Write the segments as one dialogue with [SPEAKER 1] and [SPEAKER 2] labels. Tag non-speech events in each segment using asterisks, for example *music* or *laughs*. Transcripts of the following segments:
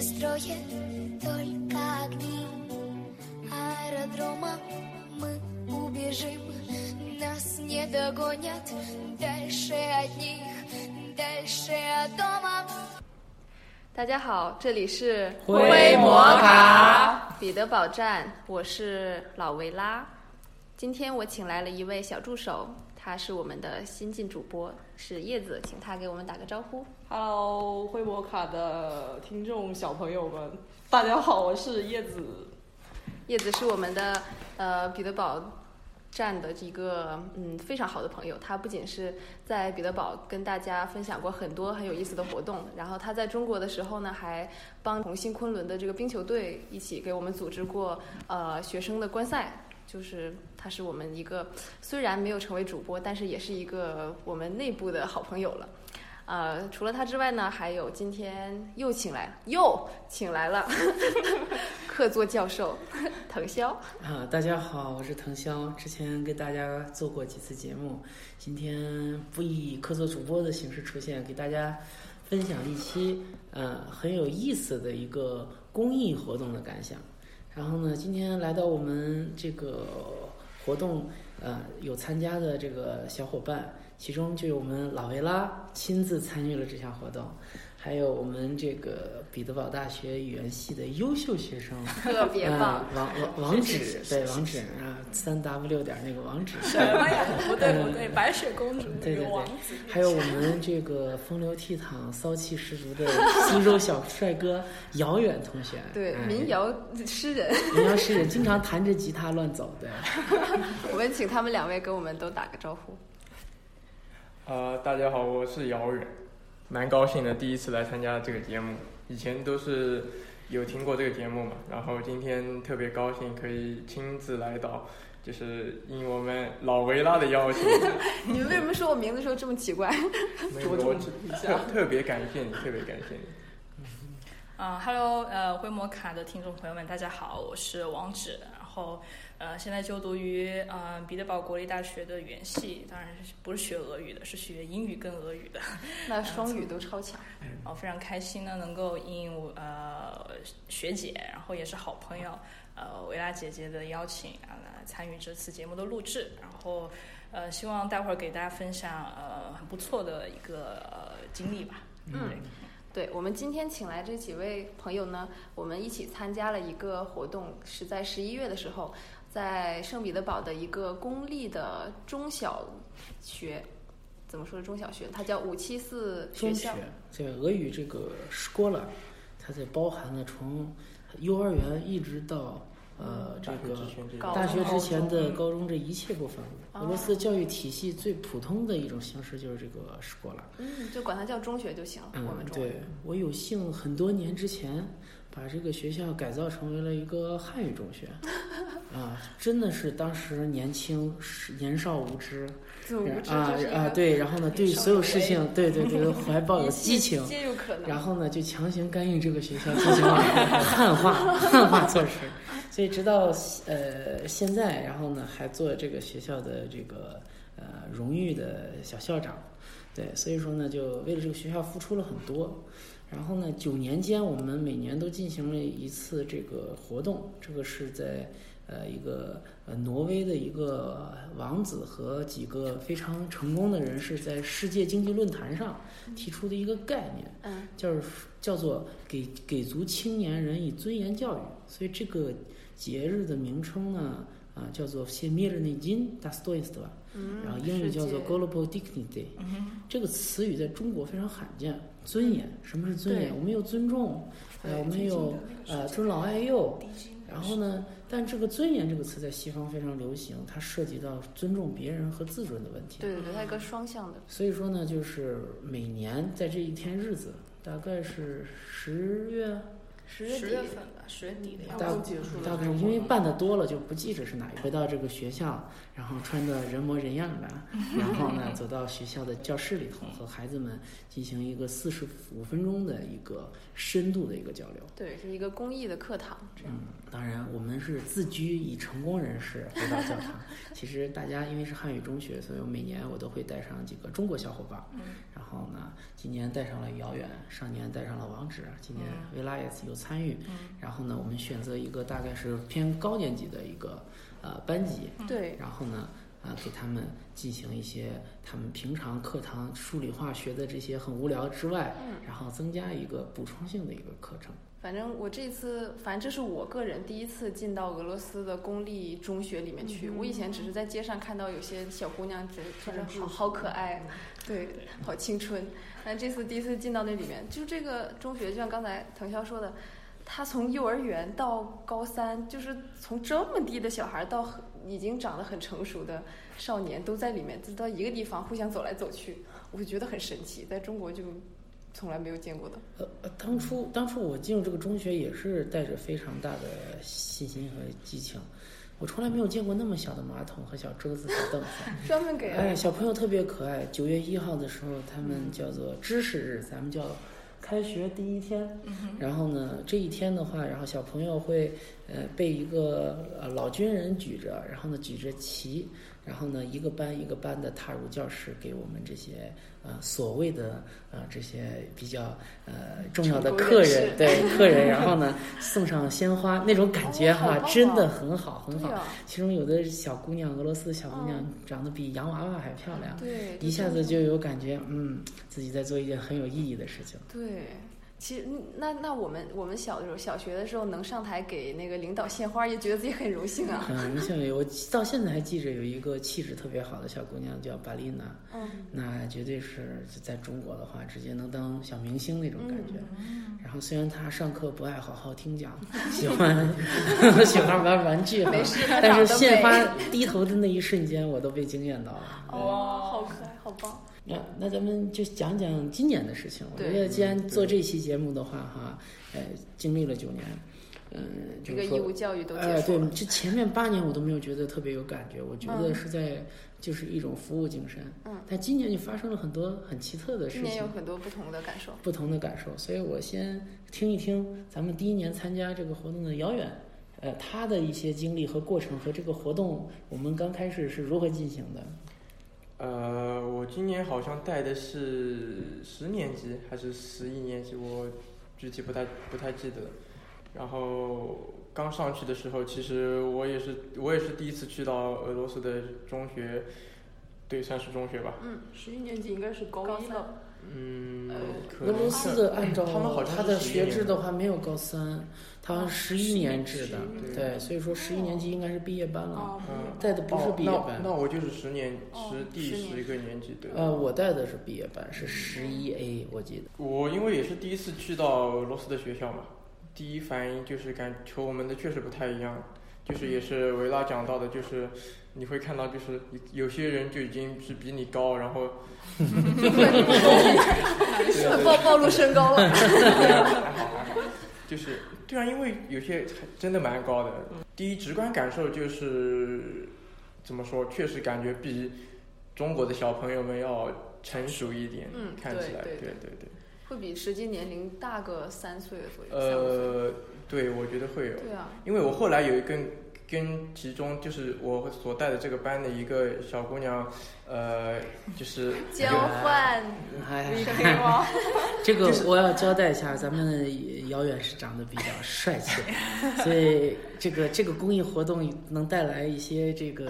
[SPEAKER 1] строит только огни Аэродрома мы убежим Нас не догонят дальше от них Дальше от дома
[SPEAKER 2] 大家好，这里是
[SPEAKER 3] 灰摩卡
[SPEAKER 2] 彼得堡站，我是老维拉。今天我请来了一位小助手，他是我们的新晋主播，是叶子，请他给我们打个招呼。
[SPEAKER 3] Hello，灰摩卡的听众小朋友们，大家好，我是叶子。
[SPEAKER 2] 叶子是我们的呃彼得堡站的一个嗯非常好的朋友，他不仅是在彼得堡跟大家分享过很多很有意思的活动，然后他在中国的时候呢，还帮红星昆仑的这个冰球队一起给我们组织过呃学生的观赛。就是他是我们一个虽然没有成为主播，但是也是一个我们内部的好朋友了。呃，除了他之外呢，还有今天又请来又请来了 *laughs* 客座教授 *laughs* 滕潇。
[SPEAKER 4] 啊，大家好，我是滕潇。之前给大家做过几次节目，今天不以客座主播的形式出现，给大家分享一期呃很有意思的一个公益活动的感想。然后呢，今天来到我们这个活动，呃，有参加的这个小伙伴，其中就有我们老维拉亲自参与了这项活动，还有我们这个彼得堡大学语言系的优秀学生。
[SPEAKER 2] 特别棒
[SPEAKER 4] 啊。、网网网址对网址啊，三 w 点儿那个网址。
[SPEAKER 5] 什么呀？哎不对不对，白雪公主
[SPEAKER 4] 对
[SPEAKER 5] 有
[SPEAKER 4] 对
[SPEAKER 5] 王
[SPEAKER 4] 对
[SPEAKER 5] 子，
[SPEAKER 4] *laughs* 还有我们这个风流倜傥、骚气十足的苏州小帅哥姚远同学，
[SPEAKER 2] *laughs* 对，
[SPEAKER 4] 哎
[SPEAKER 2] 民谣诗人，
[SPEAKER 4] 民谣诗人，经常弹着吉他乱走的。
[SPEAKER 2] 我们请他们两位跟我们都打个招
[SPEAKER 4] *laughs*
[SPEAKER 2] 呼。
[SPEAKER 6] 呃，大家好，我是姚远，蛮高兴的，第一次来参加这个节目。以前都是有听过这个节目嘛，然后今天特别高兴可以亲自来到，就是应我们老维拉的邀
[SPEAKER 3] *laughs*
[SPEAKER 6] 请，
[SPEAKER 2] 你们为什么说我名字说这么奇怪？
[SPEAKER 6] 没有
[SPEAKER 3] 着
[SPEAKER 6] 我
[SPEAKER 3] 重
[SPEAKER 6] 只
[SPEAKER 3] 一下
[SPEAKER 6] 特，特别感谢你，特别感谢你。
[SPEAKER 5] 啊、哈 h e l l o 呃，灰摩卡的听众朋友们，大家好，我是王芷，然后呃，现在就读于呃彼得堡国立大学的语言系，当然是不是学俄语的，是学英语跟俄语的。
[SPEAKER 2] *laughs* 那双语都超强，
[SPEAKER 4] 嗯
[SPEAKER 5] 哦，非常开心呢，能够应我呃学姐，然后也是好朋友呃维拉姐姐的邀请啊，来参与这次节目的录制。然后呃，希望待会儿给大家分享呃很不错的一个呃经历吧。
[SPEAKER 2] 嗯。对我们今天请来这几位朋友呢，我们一起参加了一个活动，是在十一月的时候，在圣彼得堡的一个公立的中小学，怎么说中小学？它叫五七四 *laughs* 学
[SPEAKER 4] 中
[SPEAKER 2] 校。
[SPEAKER 4] 这个俄语这个 s c h o l a 它是包含了从幼儿园一直到呃
[SPEAKER 2] 嗯
[SPEAKER 4] 这
[SPEAKER 6] 大学
[SPEAKER 4] 个
[SPEAKER 6] 之前这
[SPEAKER 2] 高嗯
[SPEAKER 4] 大学之前的
[SPEAKER 5] 高中
[SPEAKER 4] 高中这一切部分。
[SPEAKER 2] 哦
[SPEAKER 4] 俄罗斯教育体系最普通的一种形式就是这个 s c h o l a
[SPEAKER 2] 嗯，就管它叫中学就行了。
[SPEAKER 4] 嗯
[SPEAKER 2] 我们，中文
[SPEAKER 4] 对我有幸很多年之前把这个学校改造成为了一个汉语中
[SPEAKER 2] *laughs*
[SPEAKER 4] 学，啊，真的是当时年轻是年少无知，
[SPEAKER 2] 总之就
[SPEAKER 4] 啊
[SPEAKER 2] 是一个
[SPEAKER 4] 啊对，然后呢，对
[SPEAKER 5] 年少
[SPEAKER 4] 所有
[SPEAKER 5] 有
[SPEAKER 4] 事
[SPEAKER 5] 为
[SPEAKER 4] 情，对对对，都
[SPEAKER 2] *laughs*
[SPEAKER 4] 怀抱有
[SPEAKER 2] 一
[SPEAKER 4] 激情，
[SPEAKER 2] 皆有可能。
[SPEAKER 4] 然后呢，就强行干预这个学校进行了汉化 *laughs* 汉化措施，所以直到呃现在，然后呢还做这个学校的这个呃荣誉的小校长，对，所以说呢，就为了这个学校付出了很多。然后呢，九年间我们每年都进行了一次这个活动，这个是在呃一个呃挪威的一个王子和几个非常成功的人士在世界经济论坛上提出的一个概念。
[SPEAKER 2] 嗯，
[SPEAKER 4] 就是叫做给给足青年人以尊严教育，所以这个节日的名称呢，啊、叫做 s e m i r n i j i n d a s t o i s t v a
[SPEAKER 2] 嗯
[SPEAKER 4] 然后英语叫
[SPEAKER 2] 世
[SPEAKER 4] 做
[SPEAKER 2] 界
[SPEAKER 4] Global Dignity。这
[SPEAKER 5] 嗯
[SPEAKER 4] 个词语在中国非常罕见，尊严，什么是尊严？
[SPEAKER 2] 对
[SPEAKER 4] 我们有尊重，
[SPEAKER 2] 对
[SPEAKER 4] 呃，我们有呃尊老爱幼，然后呢，但这个尊严这个词在西方非常流行，它涉及到尊重别人和自尊的问题。
[SPEAKER 2] 对对对，它一个双向的。
[SPEAKER 4] 所以说呢，就是每年在这一天日子，大概是十月，
[SPEAKER 2] 十
[SPEAKER 5] 十月份吧，十月底的嗯样
[SPEAKER 3] 大
[SPEAKER 5] 子。
[SPEAKER 3] 都结束了，
[SPEAKER 4] 大概因为办的多了就不记着是哪一。回到这个学校，然后穿的人模人样的，然后
[SPEAKER 5] *laughs*
[SPEAKER 4] 呢走到学校的教室里头，和孩子们进行一个四十五分钟的一个深度的一个交流。
[SPEAKER 2] 对，是一个公益的课堂，这样。
[SPEAKER 4] 嗯，当然，我们是自居以成功人士回到教
[SPEAKER 5] *laughs*
[SPEAKER 4] 堂。其实大家因为是汉语中学，所以我每年我都会带上几个中国小伙伴。
[SPEAKER 5] 嗯，
[SPEAKER 4] 然后呢，今年带上了姚远，上年带上了王芷，今年
[SPEAKER 5] 嗯
[SPEAKER 4] 维拉也有参与。然后呢，我们选择一个大概是偏高年级的一个呃班级，
[SPEAKER 2] 对，
[SPEAKER 4] 然后呢，啊，给他们进行一些他们平常课堂数理化学的这些很无聊之外，
[SPEAKER 5] 嗯
[SPEAKER 4] 然后增加一个补充性的一个课程。
[SPEAKER 2] 反正我这次，反正这是我个人第一次进到俄罗斯的公立中学里面去。
[SPEAKER 4] 嗯
[SPEAKER 2] 我以前只是在街上看到有些小姑娘觉得，觉得好好可爱，
[SPEAKER 4] 嗯
[SPEAKER 2] 对，好青春。但这次第一次进到那里面，就这个中学，就像刚才藤潇说的，他从幼儿园到高三，就是从这么低的小孩到很已经长得很成熟的少年，都在里面，都到一个地方互相走来走去，我就觉得很神奇，在中国就从来没有见过的。
[SPEAKER 4] 呃，呃当初当初我进入这个中学也是带着非常大的信心和激情，我从来没有见过那么小的马桶和小桌子、小凳子。
[SPEAKER 2] 专门给
[SPEAKER 4] 哎，小朋友特别可爱。九月一号的时候，他们叫做知识日，咱们叫开学第一天。
[SPEAKER 2] 嗯
[SPEAKER 4] 然后呢，这一天的话，然后小朋友会呃被一个呃老军人举着，然后呢举着旗，然后呢一个班一个班的踏入教室，给我们这些呃所谓的呃这些比较呃重要的
[SPEAKER 2] 成功
[SPEAKER 4] 客
[SPEAKER 2] 人士
[SPEAKER 4] 人，对客人，然后呢送上鲜花，那种感觉
[SPEAKER 2] 哦好
[SPEAKER 4] 哈、
[SPEAKER 2] 棒啊
[SPEAKER 4] 真的很好，很
[SPEAKER 2] 对
[SPEAKER 4] 好。
[SPEAKER 2] 啊，
[SPEAKER 4] 其中有的小姑娘，俄罗斯小姑娘长得比洋娃娃还漂
[SPEAKER 3] 啊
[SPEAKER 4] 亮，
[SPEAKER 2] 嗯对，
[SPEAKER 4] 一下子就有感觉，嗯，自己在做一件很有意义的事情。
[SPEAKER 2] 对。其实，嗯那那我们我们小的时候，小学的时候能上台给那个领导献花，也觉得自己很荣幸啊。
[SPEAKER 4] 嗯，而且我到现在还记着有一个气质特别好的小姑娘叫巴丽娜，
[SPEAKER 2] 嗯，
[SPEAKER 4] 那绝对是在中国的话，直接能当小明星那种感觉。
[SPEAKER 2] 嗯
[SPEAKER 4] 然后虽然她上课不爱好好听讲，
[SPEAKER 2] *laughs*
[SPEAKER 4] 喜欢 *laughs* 喜欢玩玩具哈，
[SPEAKER 2] 没事，他
[SPEAKER 4] 但
[SPEAKER 2] 长
[SPEAKER 4] 是
[SPEAKER 2] 得
[SPEAKER 4] 献
[SPEAKER 2] 美。
[SPEAKER 4] 花低头的那一瞬间，我都被惊艳到了。对
[SPEAKER 2] 哇，哦好可爱，好棒！
[SPEAKER 4] 那那咱们就讲讲今年的事情。我觉
[SPEAKER 2] 对嗯
[SPEAKER 4] 得既然做这期节目的话，哈，呃，经历了九年，嗯、
[SPEAKER 2] 这
[SPEAKER 4] 就
[SPEAKER 2] 个
[SPEAKER 4] 是
[SPEAKER 2] 义务
[SPEAKER 4] 说，
[SPEAKER 2] 教育都
[SPEAKER 4] 哎，
[SPEAKER 2] 结束
[SPEAKER 4] 对
[SPEAKER 2] 了，，
[SPEAKER 4] 这前面八年我都没有觉得特别有感觉，我觉得是在、就是一种服务精神。
[SPEAKER 2] 嗯，
[SPEAKER 4] 但今年就发生了很多很奇特的
[SPEAKER 2] 今
[SPEAKER 4] 事
[SPEAKER 2] 年
[SPEAKER 4] 情
[SPEAKER 2] 有，很多不同的感
[SPEAKER 3] 嗯
[SPEAKER 2] 受。
[SPEAKER 4] 不同的感受，所以我先听一听咱们第一年参加这个活动的姚远。呃，他的一些经历和过程和这个活动，我们刚开始是如何进行的？
[SPEAKER 6] 呃，我今年好像带的是十年级还是十一年级，我具体不太不太记得了。然后刚上去的时候，其实我也是我也是第一次去到俄罗斯的中学，对，算是中学吧。
[SPEAKER 2] 嗯
[SPEAKER 3] 十一年级应该是高一了，
[SPEAKER 6] 嗯，可
[SPEAKER 4] 呃俄
[SPEAKER 6] 能
[SPEAKER 4] 罗斯的按照
[SPEAKER 6] 他们好像
[SPEAKER 4] 他的
[SPEAKER 6] 是11
[SPEAKER 4] 学制
[SPEAKER 6] 年
[SPEAKER 4] 的话没有高三，他好像十一年制的，
[SPEAKER 2] 嗯
[SPEAKER 6] 11
[SPEAKER 4] 嗯对，所以说十一年级应该是毕业班了，
[SPEAKER 3] 啊，
[SPEAKER 6] 嗯， *laughs*
[SPEAKER 4] 带的不是毕业
[SPEAKER 6] 哦
[SPEAKER 4] 班
[SPEAKER 6] 那，那我就是十年
[SPEAKER 2] 哦
[SPEAKER 6] 十第
[SPEAKER 2] 十年
[SPEAKER 6] 十个年级对。
[SPEAKER 4] 呃，我带的是毕业班，是十一 A，我记得。
[SPEAKER 6] 我因为也是第一次去到俄罗斯的学校嘛，第一反应就是感觉我们的确实不太一样，就是也是维拉讲到的，就是你会看到就是有些人就已经是比你高，然后对
[SPEAKER 2] 暴暴露身高了，
[SPEAKER 6] 还好还好，就是对啊，因为有些还真的蛮高的。第一直观感受就是怎么说，确实感觉比中国的小朋友们要成熟一点，
[SPEAKER 2] 嗯
[SPEAKER 6] 看起来
[SPEAKER 2] 对对
[SPEAKER 6] 对对对。
[SPEAKER 2] 会比实际年龄大个三岁左右，三五岁。
[SPEAKER 6] 呃，对，我觉得会有，
[SPEAKER 2] 对啊，
[SPEAKER 6] 因为我后来有一跟跟其中就是我所带的这个班的一个小姑娘，呃，就是
[SPEAKER 2] 交换
[SPEAKER 4] 哎，
[SPEAKER 2] 可以吗？
[SPEAKER 4] 这个我要交代一下，咱们姚远是长得比较帅
[SPEAKER 2] *laughs*
[SPEAKER 4] 气，所以这个这个公益活动能带来一些
[SPEAKER 2] *laughs*
[SPEAKER 4] 这个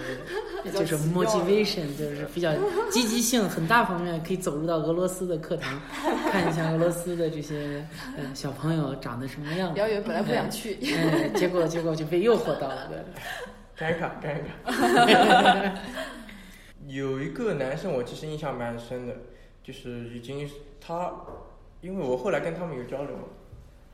[SPEAKER 4] 就是 motivation，就是比较积极性很大方面，可以走入到俄罗斯的课
[SPEAKER 2] *laughs*
[SPEAKER 4] 堂，看一下俄罗斯的这些呃小朋友长得什么样子
[SPEAKER 2] 姚。远本来不想去，
[SPEAKER 4] *laughs* 嗯，结果结果就被诱惑到了。对
[SPEAKER 6] 尴尬尴尬。有一个男生我其实印象蛮深的，就是已经是他，因为我后来跟他们有交流嘛，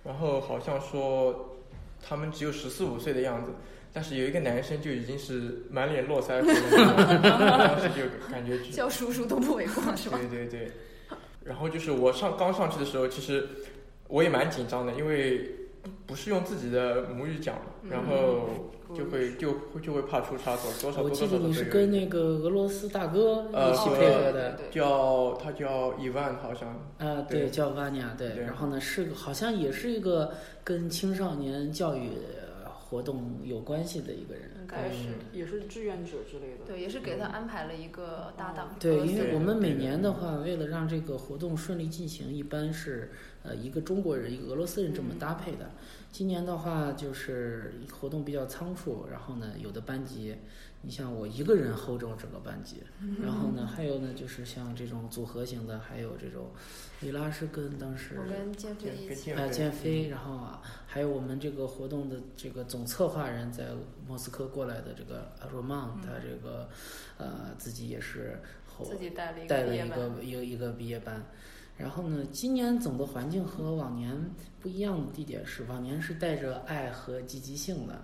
[SPEAKER 6] 然后好像说他们只有十四五岁的样子，但是有一个男生就已经是满脸络腮胡的那种，当时就感觉
[SPEAKER 2] 叫叔叔都不为过，是吧？
[SPEAKER 6] 对对对。然后就是我上刚上去的时候，其实我也蛮紧张的，因为不是用自己的母语讲嘛，然后就会就会就会怕出差错，多少
[SPEAKER 4] 我
[SPEAKER 6] 多
[SPEAKER 4] 记
[SPEAKER 6] 多
[SPEAKER 4] 得
[SPEAKER 6] 少
[SPEAKER 4] 你
[SPEAKER 6] 少
[SPEAKER 4] 是
[SPEAKER 6] 都
[SPEAKER 4] 跟
[SPEAKER 6] 有。
[SPEAKER 4] 那个俄罗斯大哥
[SPEAKER 6] 呃
[SPEAKER 4] 一起配合的。
[SPEAKER 2] 对
[SPEAKER 6] 叫他叫伊万，好像
[SPEAKER 4] 啊，
[SPEAKER 6] 对
[SPEAKER 4] 对，叫瓦尼亚，对，
[SPEAKER 6] 对
[SPEAKER 4] 然后呢，是个好像也是一个跟青少年教育呃活动有关系的一个人。
[SPEAKER 2] 应该
[SPEAKER 3] 该
[SPEAKER 2] 是
[SPEAKER 3] 是也是志愿者之类的。
[SPEAKER 2] 对，也是给他安排了一个搭档。
[SPEAKER 4] 嗯对，
[SPEAKER 2] 呃
[SPEAKER 4] 因为我们每
[SPEAKER 6] 对
[SPEAKER 4] 年的话，为了让这个活动顺利进行，一般是呃一个中国人一个俄罗斯人这么搭配的。今年的话，就是活动比较仓促，然后呢，有的班级，你像我一个人 hold 住整个班级，然后呢，还有呢就是像这种组合型的，还有这种，维拉是跟当时
[SPEAKER 2] 我跟建飞嗯
[SPEAKER 6] 对
[SPEAKER 2] 一起，
[SPEAKER 6] 跟
[SPEAKER 4] 啊，
[SPEAKER 6] 建
[SPEAKER 4] 建飞，然后啊，还有我们这个活动的这个总策划人在莫斯科过来的这个阿若曼，他这个呃自己也是后
[SPEAKER 2] 嗯自己带了一
[SPEAKER 4] 带
[SPEAKER 2] 个
[SPEAKER 4] 了
[SPEAKER 2] 毕业
[SPEAKER 4] 一
[SPEAKER 2] 班。
[SPEAKER 4] 个一个一个毕业班。然后呢，今年走的环境和往年不一样的地点是，往年是带着爱和积极性的，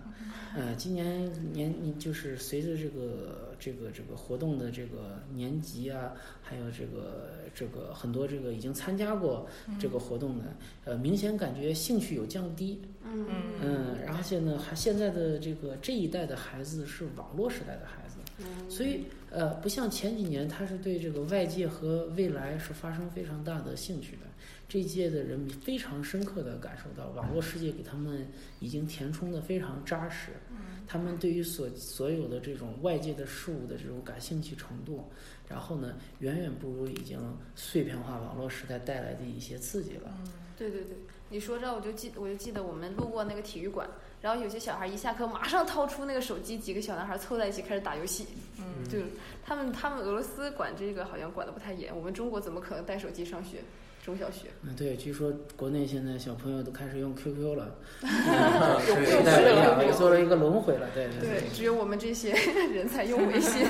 [SPEAKER 4] 呃，今年年你就是随着这个这个这个活动的这个年级啊，还有这个这个很多这个已经参加过这个活动的，呃，明显感觉兴趣有降低，
[SPEAKER 2] 嗯，
[SPEAKER 5] 嗯
[SPEAKER 4] 嗯，而且呢，还现在的这个这一代的孩子是网络时代的孩子，所以呃，不像前几年，他是对这个外界和未来是发生非常大的兴趣的。这一届的人民非常深刻地感受到，网络世界给他们已经填充的非常扎实，他们对于所所有的这种外界的事物的这种感兴趣程度，然后呢，远远不如已经碎片化网络时代带来的一些刺激了。
[SPEAKER 2] 嗯对对对，你说这我就记，我就记得我们路过那个体育馆，然后有些小孩一下课马上掏出那个手机，几个小男孩凑在一起开始打游戏。
[SPEAKER 5] 嗯
[SPEAKER 2] *laughs* 就他们他们俄罗斯管这个好像管的不太严，我们中国怎么可能带手机上学？中小学
[SPEAKER 4] 嗯，对，据说国内现在小朋友都开始用 QQ 了，
[SPEAKER 6] 对
[SPEAKER 4] 时
[SPEAKER 2] 是
[SPEAKER 4] 代不一
[SPEAKER 2] 的
[SPEAKER 4] 样了，
[SPEAKER 2] 对
[SPEAKER 4] 做了一个轮回了，对对
[SPEAKER 2] 对，只有我们这些 *laughs* 人才用微信。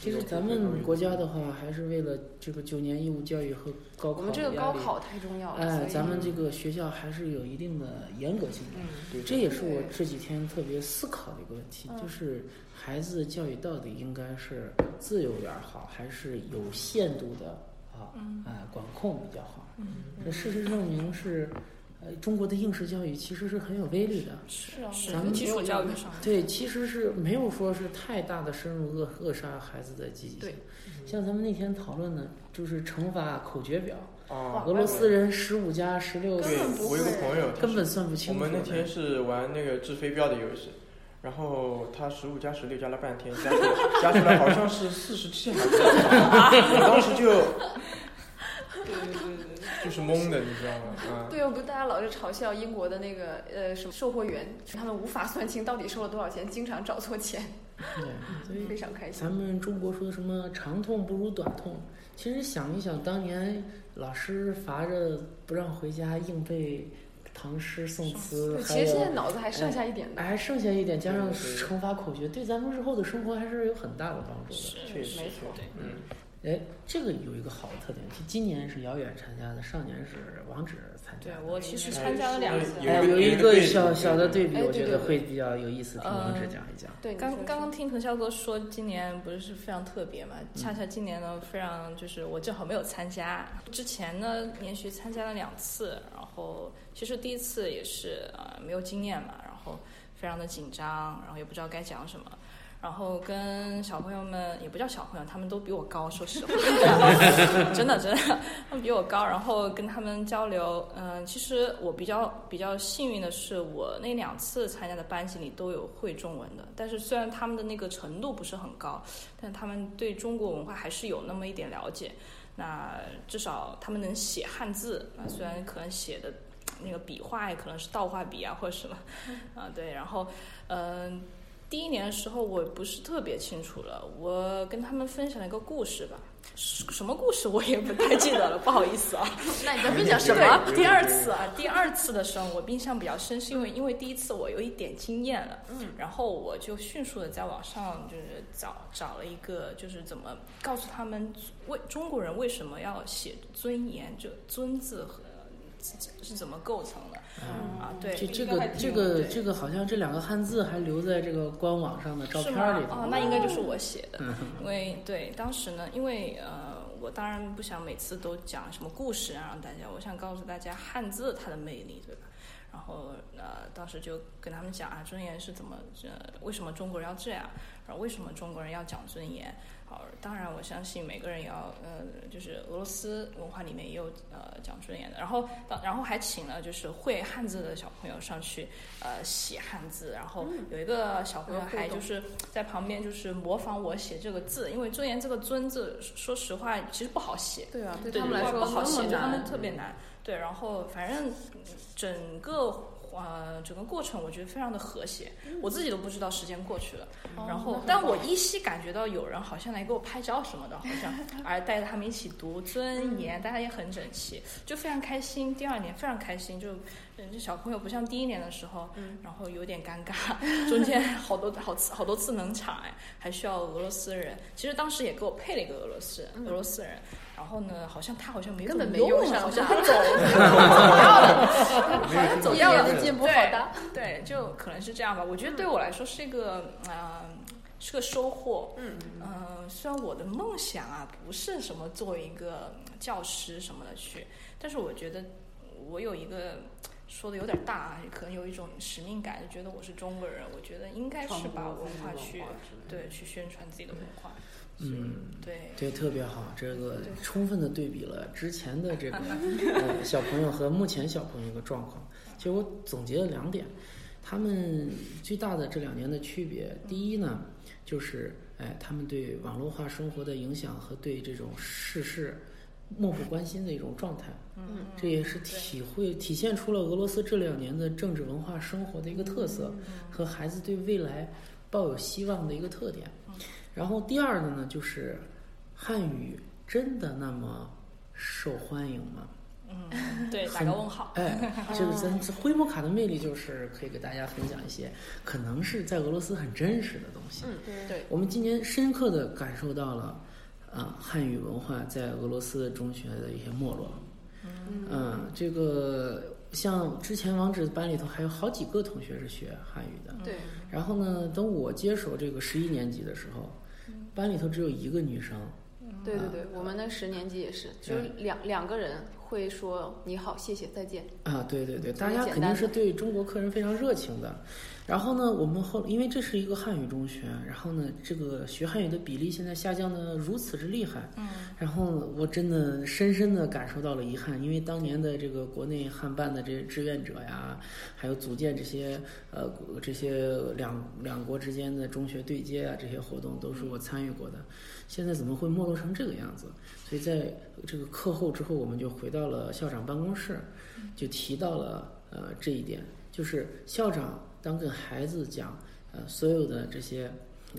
[SPEAKER 4] 其实咱们国家的话，还是为了这个九年义务教育和 *laughs* 高考，
[SPEAKER 2] 我们这个高，考太重要了，所
[SPEAKER 4] 哎，
[SPEAKER 2] 以嗯
[SPEAKER 4] 咱们这个学校还是有一定的严格性的。
[SPEAKER 6] 对
[SPEAKER 4] 这也是我这几天特别思考的一个问题，
[SPEAKER 2] 嗯
[SPEAKER 4] 就是孩子的教育到底应该是自由点儿好，还是有限度的啊？
[SPEAKER 2] 嗯
[SPEAKER 4] 啊，管控比较好。那事实证明是，呃，中国的应试教育其实是很有威力的。
[SPEAKER 5] 是啊，
[SPEAKER 4] 咱们
[SPEAKER 5] 基础教育上，
[SPEAKER 4] 对，其实是没有说是太大的深入扼扼杀孩子的积极性
[SPEAKER 2] 对。
[SPEAKER 4] 像咱们那天讨论的，就是惩罚口诀表，
[SPEAKER 6] 啊，
[SPEAKER 4] 俄罗斯人十五加十六
[SPEAKER 6] 对，
[SPEAKER 2] 本不
[SPEAKER 6] 我有个
[SPEAKER 2] 会
[SPEAKER 6] 朋友，他
[SPEAKER 4] 根
[SPEAKER 6] 是
[SPEAKER 4] 本算不
[SPEAKER 6] 我
[SPEAKER 4] 清楚的。
[SPEAKER 6] 们那天是玩那个掷飞镖的游戏，然后他十五加十六加了半天，加出来加出来好像是四十七还是多少？我当时就
[SPEAKER 3] 对对对对，
[SPEAKER 6] 就是懵的，你知道吗？啊，
[SPEAKER 2] 对，我不大家老是嘲笑英国的那个呃什么售货员，他们无法算清到底收了多少钱，经常找错钱，
[SPEAKER 4] 对，啊所以
[SPEAKER 2] 非常开心。
[SPEAKER 4] 咱们中国说什么长痛不如短痛，其实想一想，当年老师罚着不让回家，硬背唐诗宋词，
[SPEAKER 2] 对，
[SPEAKER 4] 呃还
[SPEAKER 2] 其实
[SPEAKER 4] 有哎
[SPEAKER 2] 现在脑子还剩下一点的，
[SPEAKER 4] 还剩下一点，加上
[SPEAKER 6] 对对对
[SPEAKER 4] 惩罚口诀，对咱们日后的生活还是有很大的帮助的。
[SPEAKER 6] 确实
[SPEAKER 2] 没错，
[SPEAKER 5] 对，
[SPEAKER 6] 嗯，
[SPEAKER 4] 哎，这个有一个好的特点，就今年是姚远参加的，上年是王芷参加
[SPEAKER 5] 对
[SPEAKER 4] 的。
[SPEAKER 5] 我其实参加了两次。
[SPEAKER 6] 有
[SPEAKER 4] 哎，
[SPEAKER 6] 一个
[SPEAKER 4] 有一
[SPEAKER 6] 有一个对
[SPEAKER 4] 个
[SPEAKER 6] 比
[SPEAKER 4] 小小的对比，
[SPEAKER 2] 哎对
[SPEAKER 4] 我觉
[SPEAKER 2] 对
[SPEAKER 4] 得
[SPEAKER 2] 对
[SPEAKER 4] 会比较有意思，听王芷
[SPEAKER 5] 呃
[SPEAKER 4] 讲一讲。
[SPEAKER 2] 对，你
[SPEAKER 5] 刚
[SPEAKER 2] 说
[SPEAKER 5] 刚刚听藤校哥说，今年不是非常特别嘛？恰
[SPEAKER 2] 嗯
[SPEAKER 5] 恰今年呢，非常就是我正好没有参加。之前呢，连续参加了两次，然后其实第一次也是呃没有经验嘛，然后非常的紧张，然后也不知道该讲什么。然后跟小朋友们也不叫小朋友，他们都比我高，说实话， *laughs* 真的真的，他们比我高。然后跟他们交流，嗯、其实我比较比较幸运的是，我那两次参加的班级里都有会中文的，但是虽然他们的那个程度不是很高，但他们对中国文化还是有那么一点了解。那至少他们能写汉字，那虽然可能写的那个笔画也可能是倒画笔啊或者什么，啊对，然后嗯、第一年的时候我不是特别清楚了，我跟他们分享了一个故事吧，什什么故事我也不太记得了，不好意思啊。
[SPEAKER 2] 那你在分享什
[SPEAKER 5] 对，
[SPEAKER 2] 么？
[SPEAKER 5] 第二次啊，第二次的时候我印象比较深，是因为因为第一次我有一点经验了，嗯，然后我就迅速的在网上就是找找了一个就是怎么告诉他们为中国人为什么要写尊严，就尊字和是怎么构成的、啊？对，
[SPEAKER 4] 这这
[SPEAKER 3] 应该
[SPEAKER 4] 个
[SPEAKER 3] 还挺
[SPEAKER 4] 这
[SPEAKER 3] 有
[SPEAKER 4] 个
[SPEAKER 5] 对
[SPEAKER 4] 这个好像这两个汉字还留在这个官网上的照
[SPEAKER 5] 是
[SPEAKER 4] 片
[SPEAKER 5] 吗？
[SPEAKER 4] 里头。嗯
[SPEAKER 5] 哦，那应该就是我写的，因为对当时呢，因为呃，我当然不想每次都讲什么故事啊，让大家，我想告诉大家汉字它的魅力，对吧？然后呃，当时就跟他们讲啊，尊严是怎么，呃，为什么中国人要这样，然后为什么中国人要讲尊严，好，当然我相信每个人也要呃，就是俄罗斯文化里面也有呃讲尊严的。然后，当然后还请了就是会汉字的小朋友上去呃写汉字，然后有一个小朋友还就是在旁边就是模仿我写这个字，因为尊严这个尊字，说实话其实不好写。
[SPEAKER 3] 对啊，
[SPEAKER 2] 对
[SPEAKER 5] 对
[SPEAKER 2] 他们来
[SPEAKER 5] 不
[SPEAKER 2] 说
[SPEAKER 5] 好写，
[SPEAKER 2] 那么
[SPEAKER 5] 对他
[SPEAKER 2] 难
[SPEAKER 5] *laughs* 们特别难。对，然后反正整个呃整个过程，我觉得非常的和谐，我自己都不知道时间过去了。
[SPEAKER 2] 哦嗯 *laughs*
[SPEAKER 5] 然后，但我依稀感觉到有人好像来给我拍照什么的，好
[SPEAKER 2] *laughs*
[SPEAKER 5] 像，而带着他们一起读《尊
[SPEAKER 2] 嗯
[SPEAKER 5] 严》，大家也很整齐，就非常开心。第二年非常开心，就嗯，这小朋友不像第一年的时候，
[SPEAKER 2] 嗯
[SPEAKER 5] 然后有点尴尬，中间好多好次好多次冷场哎，还需要俄罗斯人。其实当时也给我配了一个俄罗斯人，俄罗斯人。然后呢，好像他好像
[SPEAKER 2] 嗯
[SPEAKER 5] 没
[SPEAKER 2] 根本
[SPEAKER 5] 怎么
[SPEAKER 2] 没用上
[SPEAKER 5] 好像
[SPEAKER 2] 他
[SPEAKER 5] 他走
[SPEAKER 2] *laughs*
[SPEAKER 5] 了，好像走掉了，
[SPEAKER 2] 的进步好大。
[SPEAKER 5] 对，就可能是这样吧。我觉得对我来说是一个啊、呃是个收获。嗯呃，虽然我的梦想啊不是什么作为一个嗯教师什么的去，但是我觉得我有一个说的有点大啊，可能有一种使命感，就觉得我是中国人，我觉得应该是把文化去对去宣传自己的文化。
[SPEAKER 4] 嗯，
[SPEAKER 5] 对，
[SPEAKER 4] 对，特别好，这个充分的对比了之前的这个呃小朋友和目前小朋友一个状况。其实我总结了两点，他们最大的这两年的区别，第一呢，就是哎，他们对网络化生活的影响和对这种世事漠不关心的一种状态。
[SPEAKER 5] 嗯，
[SPEAKER 4] 这也是体会体现出了俄罗斯这两年的政治文化生活的一个特色，和孩子对未来抱有希望的一个特点。然后第二个呢，就是汉语真的那么受欢迎吗？
[SPEAKER 5] 嗯，对，打个问号。
[SPEAKER 4] 哎，这个咱灰摩卡的魅力就是可以给大家分享一些可能是在俄罗斯很真实的东西。
[SPEAKER 2] 嗯
[SPEAKER 5] 嗯对，
[SPEAKER 4] 我们今年深刻地感受到了，啊、汉语文化在俄罗斯中学的一些没落。嗯、这个像之前王子班里头还有好几个同学是学汉语
[SPEAKER 5] 嗯
[SPEAKER 2] 嗯
[SPEAKER 4] 的，
[SPEAKER 3] 对，
[SPEAKER 4] 然后呢，等我接手这个十一年级的时候，
[SPEAKER 2] 嗯
[SPEAKER 4] 班里头只有一个女生。
[SPEAKER 2] 对
[SPEAKER 5] 嗯
[SPEAKER 2] 对对，我们那十年级也是，只有两两个人会说你好、谢谢、再见。
[SPEAKER 4] 啊，对对对，
[SPEAKER 2] 特
[SPEAKER 4] 大
[SPEAKER 2] 别
[SPEAKER 4] 家
[SPEAKER 2] 简
[SPEAKER 4] 肯定
[SPEAKER 2] 单
[SPEAKER 4] 是
[SPEAKER 2] 的
[SPEAKER 4] 对中国客人非常热情的。然后呢，我们后因为这是一个汉语中学，然后呢，这个学汉语的比例现在下降的如此之厉害。嗯。然后我真的深深的感受到了遗憾，因为当年的这个国内汉办的这些志愿者呀，还有组建这些呃国这些两两国之间的中学对接啊，这些活动都是我参与过的。现在怎么会没落成这个样子？所以在这个课后之后，我们就回到了校长办公室。就提到了呃这一点，就是校长当跟孩子讲呃所有的这些。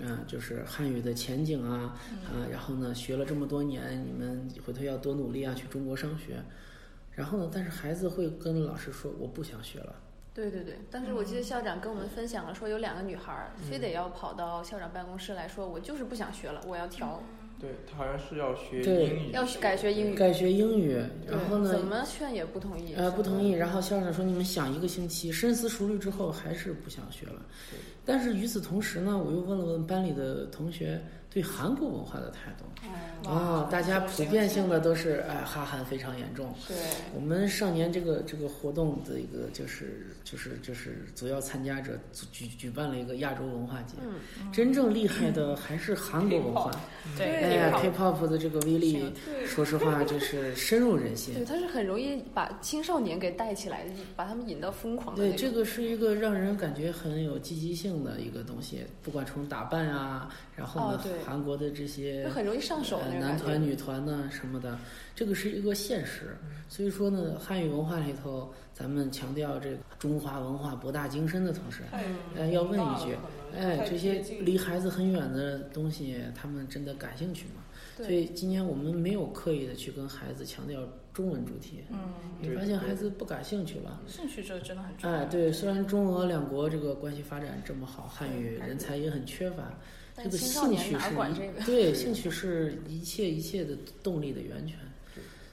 [SPEAKER 4] 嗯、就是汉语的前景啊，啊、
[SPEAKER 2] 嗯
[SPEAKER 4] 然后呢，学了这么多年，你们回头要多努力啊，去中国上学。然后呢，但是孩子会跟老师说，我不想学了。
[SPEAKER 2] 对对对，当时我
[SPEAKER 6] 嗯
[SPEAKER 2] 记得校长跟我们分享了，说有两个女孩儿非得要跑到校长办公室来说，我就是不想学了，我要调，
[SPEAKER 6] 对他好像是要学
[SPEAKER 4] 对
[SPEAKER 6] 英语，
[SPEAKER 2] 要去改学英语。
[SPEAKER 4] 改学英语，
[SPEAKER 2] 对
[SPEAKER 6] 嗯
[SPEAKER 4] 嗯然后呢，
[SPEAKER 2] 怎么劝也不同意。
[SPEAKER 4] 呃，不同
[SPEAKER 2] 意。
[SPEAKER 4] 意。然后校长说：“你们想一个星期，深思熟虑之后，还是不想学了。”但是与此同时呢，我又问了问班里的同学对韩国文化的态
[SPEAKER 2] 哎
[SPEAKER 4] 度。啊、大家普遍性
[SPEAKER 2] 啊
[SPEAKER 4] 的都是哎，哈韩非常严重。
[SPEAKER 2] 对，
[SPEAKER 4] 我们上年这个这个活动的一个就是就是就是主要参加者举举举办了一个亚洲文化节，真正厉害的还是韩国文化，
[SPEAKER 5] 对，
[SPEAKER 4] 哎呀，K-pop 的这个威力，
[SPEAKER 5] 对
[SPEAKER 4] 说实话真是深入人心。
[SPEAKER 2] 对，他是很容易把青少年给带起来，把他们引到疯狂的
[SPEAKER 4] 对，
[SPEAKER 2] 那
[SPEAKER 4] 这
[SPEAKER 2] 种。
[SPEAKER 4] 个是一个让人感觉很有积极性的一个东西，不管从打扮啊，然后
[SPEAKER 2] 哦
[SPEAKER 4] 呢，
[SPEAKER 2] 对
[SPEAKER 4] 韩国的这些
[SPEAKER 2] 就很容易上手那
[SPEAKER 4] 呃
[SPEAKER 2] 种
[SPEAKER 4] 男
[SPEAKER 2] 感觉。
[SPEAKER 4] 团、女团呐什么的，这个是一个现实。所以说呢，汉语文化里头，咱们强调这个中华文化博大精深的同时，哎，要问一句，哎，这些离孩子很远的东西，他们真的感兴趣吗？
[SPEAKER 2] 对
[SPEAKER 4] 所以今年我们没有刻意的去跟孩子强调中文主题，
[SPEAKER 5] 嗯，
[SPEAKER 4] 你
[SPEAKER 6] 对
[SPEAKER 4] 发现
[SPEAKER 6] 对
[SPEAKER 4] 孩子不感兴趣了。
[SPEAKER 5] 兴趣这个真的很重要。
[SPEAKER 4] 哎，对，虽然中俄两国这个关系发展这么好，汉语人才也很缺乏，这
[SPEAKER 2] 但
[SPEAKER 4] 个
[SPEAKER 2] 青少
[SPEAKER 4] 兴
[SPEAKER 2] 年
[SPEAKER 4] 趣
[SPEAKER 2] 哪
[SPEAKER 4] 是
[SPEAKER 2] 管
[SPEAKER 4] 一
[SPEAKER 2] 这个
[SPEAKER 4] 对兴趣是一切一切的动力的源泉。 *laughs*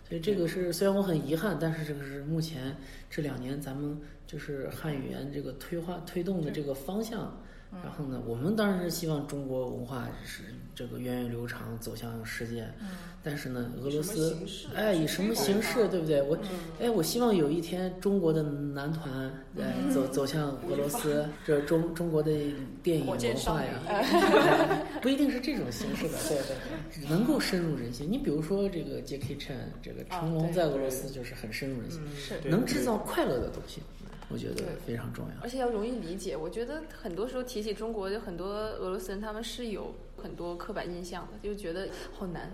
[SPEAKER 4] 所以这个是虽然我很遗憾，但是这个是目前这两年咱们就是汉语言这个推化推动的这个方向。
[SPEAKER 2] 嗯
[SPEAKER 4] 然后呢，我们当然是希望中国文化是这个源远流长走向世界，
[SPEAKER 2] 嗯
[SPEAKER 4] 但是呢，俄罗斯哎以什么形式，对不对？我
[SPEAKER 2] 嗯
[SPEAKER 4] 哎，我希望有一天中国的男团哎走走向俄罗斯，
[SPEAKER 2] 嗯
[SPEAKER 4] 这中中国的电影
[SPEAKER 5] 火
[SPEAKER 4] 文
[SPEAKER 5] 箭少
[SPEAKER 4] 化
[SPEAKER 5] 女
[SPEAKER 4] 呀，不一定是这种形式的，对对对。能够深入人心。你比如说这个 J.K. Chan，这个成龙
[SPEAKER 2] 哦
[SPEAKER 5] 对
[SPEAKER 4] 在俄罗斯就是很深入人心，
[SPEAKER 5] 是
[SPEAKER 6] 对
[SPEAKER 4] 能制造快乐的东西，我觉得
[SPEAKER 2] 嗯对
[SPEAKER 4] 非常重要。
[SPEAKER 2] 而且要容易理解。我觉得很多时候提起中国，有很多俄罗斯人他们是有很多刻板印象的，就觉得好难，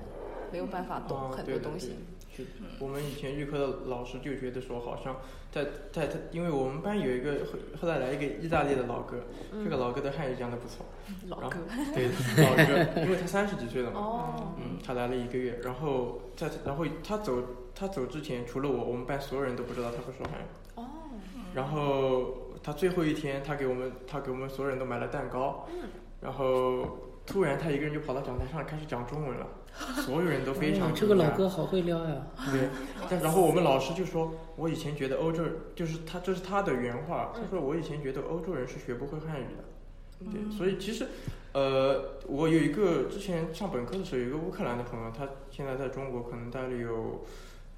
[SPEAKER 2] 没有办法懂
[SPEAKER 6] 哦
[SPEAKER 2] 很
[SPEAKER 6] 对
[SPEAKER 2] 多
[SPEAKER 6] 的
[SPEAKER 2] 东西。
[SPEAKER 6] 对的是我们以前预科的老师就觉得说，好像在在他，因为我们班有一个后后来来一个意大利的老哥，这个老哥的汉语讲的不错，
[SPEAKER 2] 老哥，
[SPEAKER 4] *laughs*
[SPEAKER 6] 对，老哥，因为他三十几岁了嘛，
[SPEAKER 2] 哦，
[SPEAKER 6] 嗯，他来了一个月，然后在然后他走他走之前，除了我，我们班所有人都不知道他会说汉语。
[SPEAKER 4] 嗯
[SPEAKER 2] 哦，
[SPEAKER 6] 然后他最后一天，他给我们他给我们所有人都买了蛋糕，
[SPEAKER 4] 嗯
[SPEAKER 6] 然后突然他一个人就跑到讲台上开始讲中文
[SPEAKER 4] *laughs*
[SPEAKER 6] 了，所有人都非
[SPEAKER 4] 哎
[SPEAKER 6] 常
[SPEAKER 4] 呀这个老
[SPEAKER 6] 惊讶
[SPEAKER 4] 哥好会撩
[SPEAKER 2] *laughs*
[SPEAKER 4] 呀！
[SPEAKER 6] 对，但然后我们老师就说，我以前觉得欧洲就是他，这是他的原话，
[SPEAKER 2] 嗯
[SPEAKER 6] 他说我以前觉得欧洲人是学不会汉语的，对，所以其实，呃，我有一个之前上本科的时候有一个乌克兰的朋友，他现在在中国可能待了有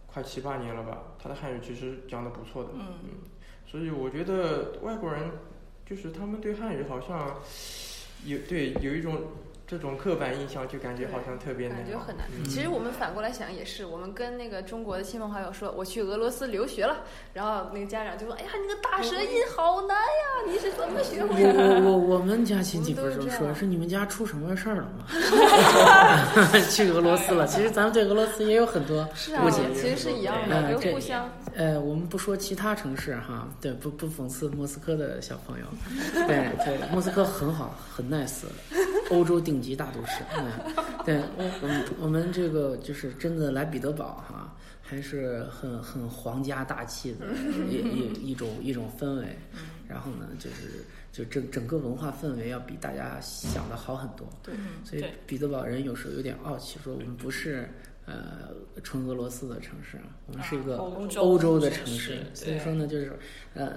[SPEAKER 6] 快七八年了吧，他的汉语其实讲的不错的，
[SPEAKER 5] 嗯，
[SPEAKER 6] 所以我觉得外国人就是他们对汉语好像有对有一种这种刻板印象，就感觉好像特别难，
[SPEAKER 2] 感觉很难
[SPEAKER 6] 嗯。
[SPEAKER 2] 其实我们反过来想也是，我们跟那个中国的亲朋好友说我去俄罗斯留学了，然后那个家长就说：“哎呀，你个
[SPEAKER 4] 嗯
[SPEAKER 2] 大舌音好难呀，你是怎么学
[SPEAKER 4] 我
[SPEAKER 2] 会的？”
[SPEAKER 4] 我我我们家亲戚
[SPEAKER 2] 我
[SPEAKER 4] 不
[SPEAKER 2] 们都
[SPEAKER 4] 是
[SPEAKER 2] 是这
[SPEAKER 4] 说
[SPEAKER 2] 样
[SPEAKER 4] 是你们家出什么事儿了
[SPEAKER 2] *laughs*
[SPEAKER 4] 吗？ *laughs* 去俄罗斯了。其实咱们对俄罗斯也有很多
[SPEAKER 2] *laughs* 是啊，
[SPEAKER 4] 误解。
[SPEAKER 2] 其实是一样的，
[SPEAKER 4] 嗯
[SPEAKER 2] 就
[SPEAKER 4] 这
[SPEAKER 2] 互相
[SPEAKER 4] 呃，我们不说其他城市哈，对，不不讽刺莫斯科的小朋友，对对，莫斯科很好，很 nice，欧洲顶级大都市，嗯，对，我们我们这个就是真的来彼得堡哈，还是很很皇家大气的一一一种一种氛围，然后呢，就是就整整个文化氛围要比大家想的好很多，
[SPEAKER 5] 对，
[SPEAKER 4] 所以
[SPEAKER 5] 对
[SPEAKER 4] 彼得堡人有时候有点傲气，说我们不是呃纯俄罗斯的城市，我们是一个
[SPEAKER 5] 啊欧洲
[SPEAKER 4] 欧洲的城
[SPEAKER 5] 城
[SPEAKER 4] 市
[SPEAKER 5] 市。
[SPEAKER 4] 所以
[SPEAKER 5] 对
[SPEAKER 4] 说呢，就是呃，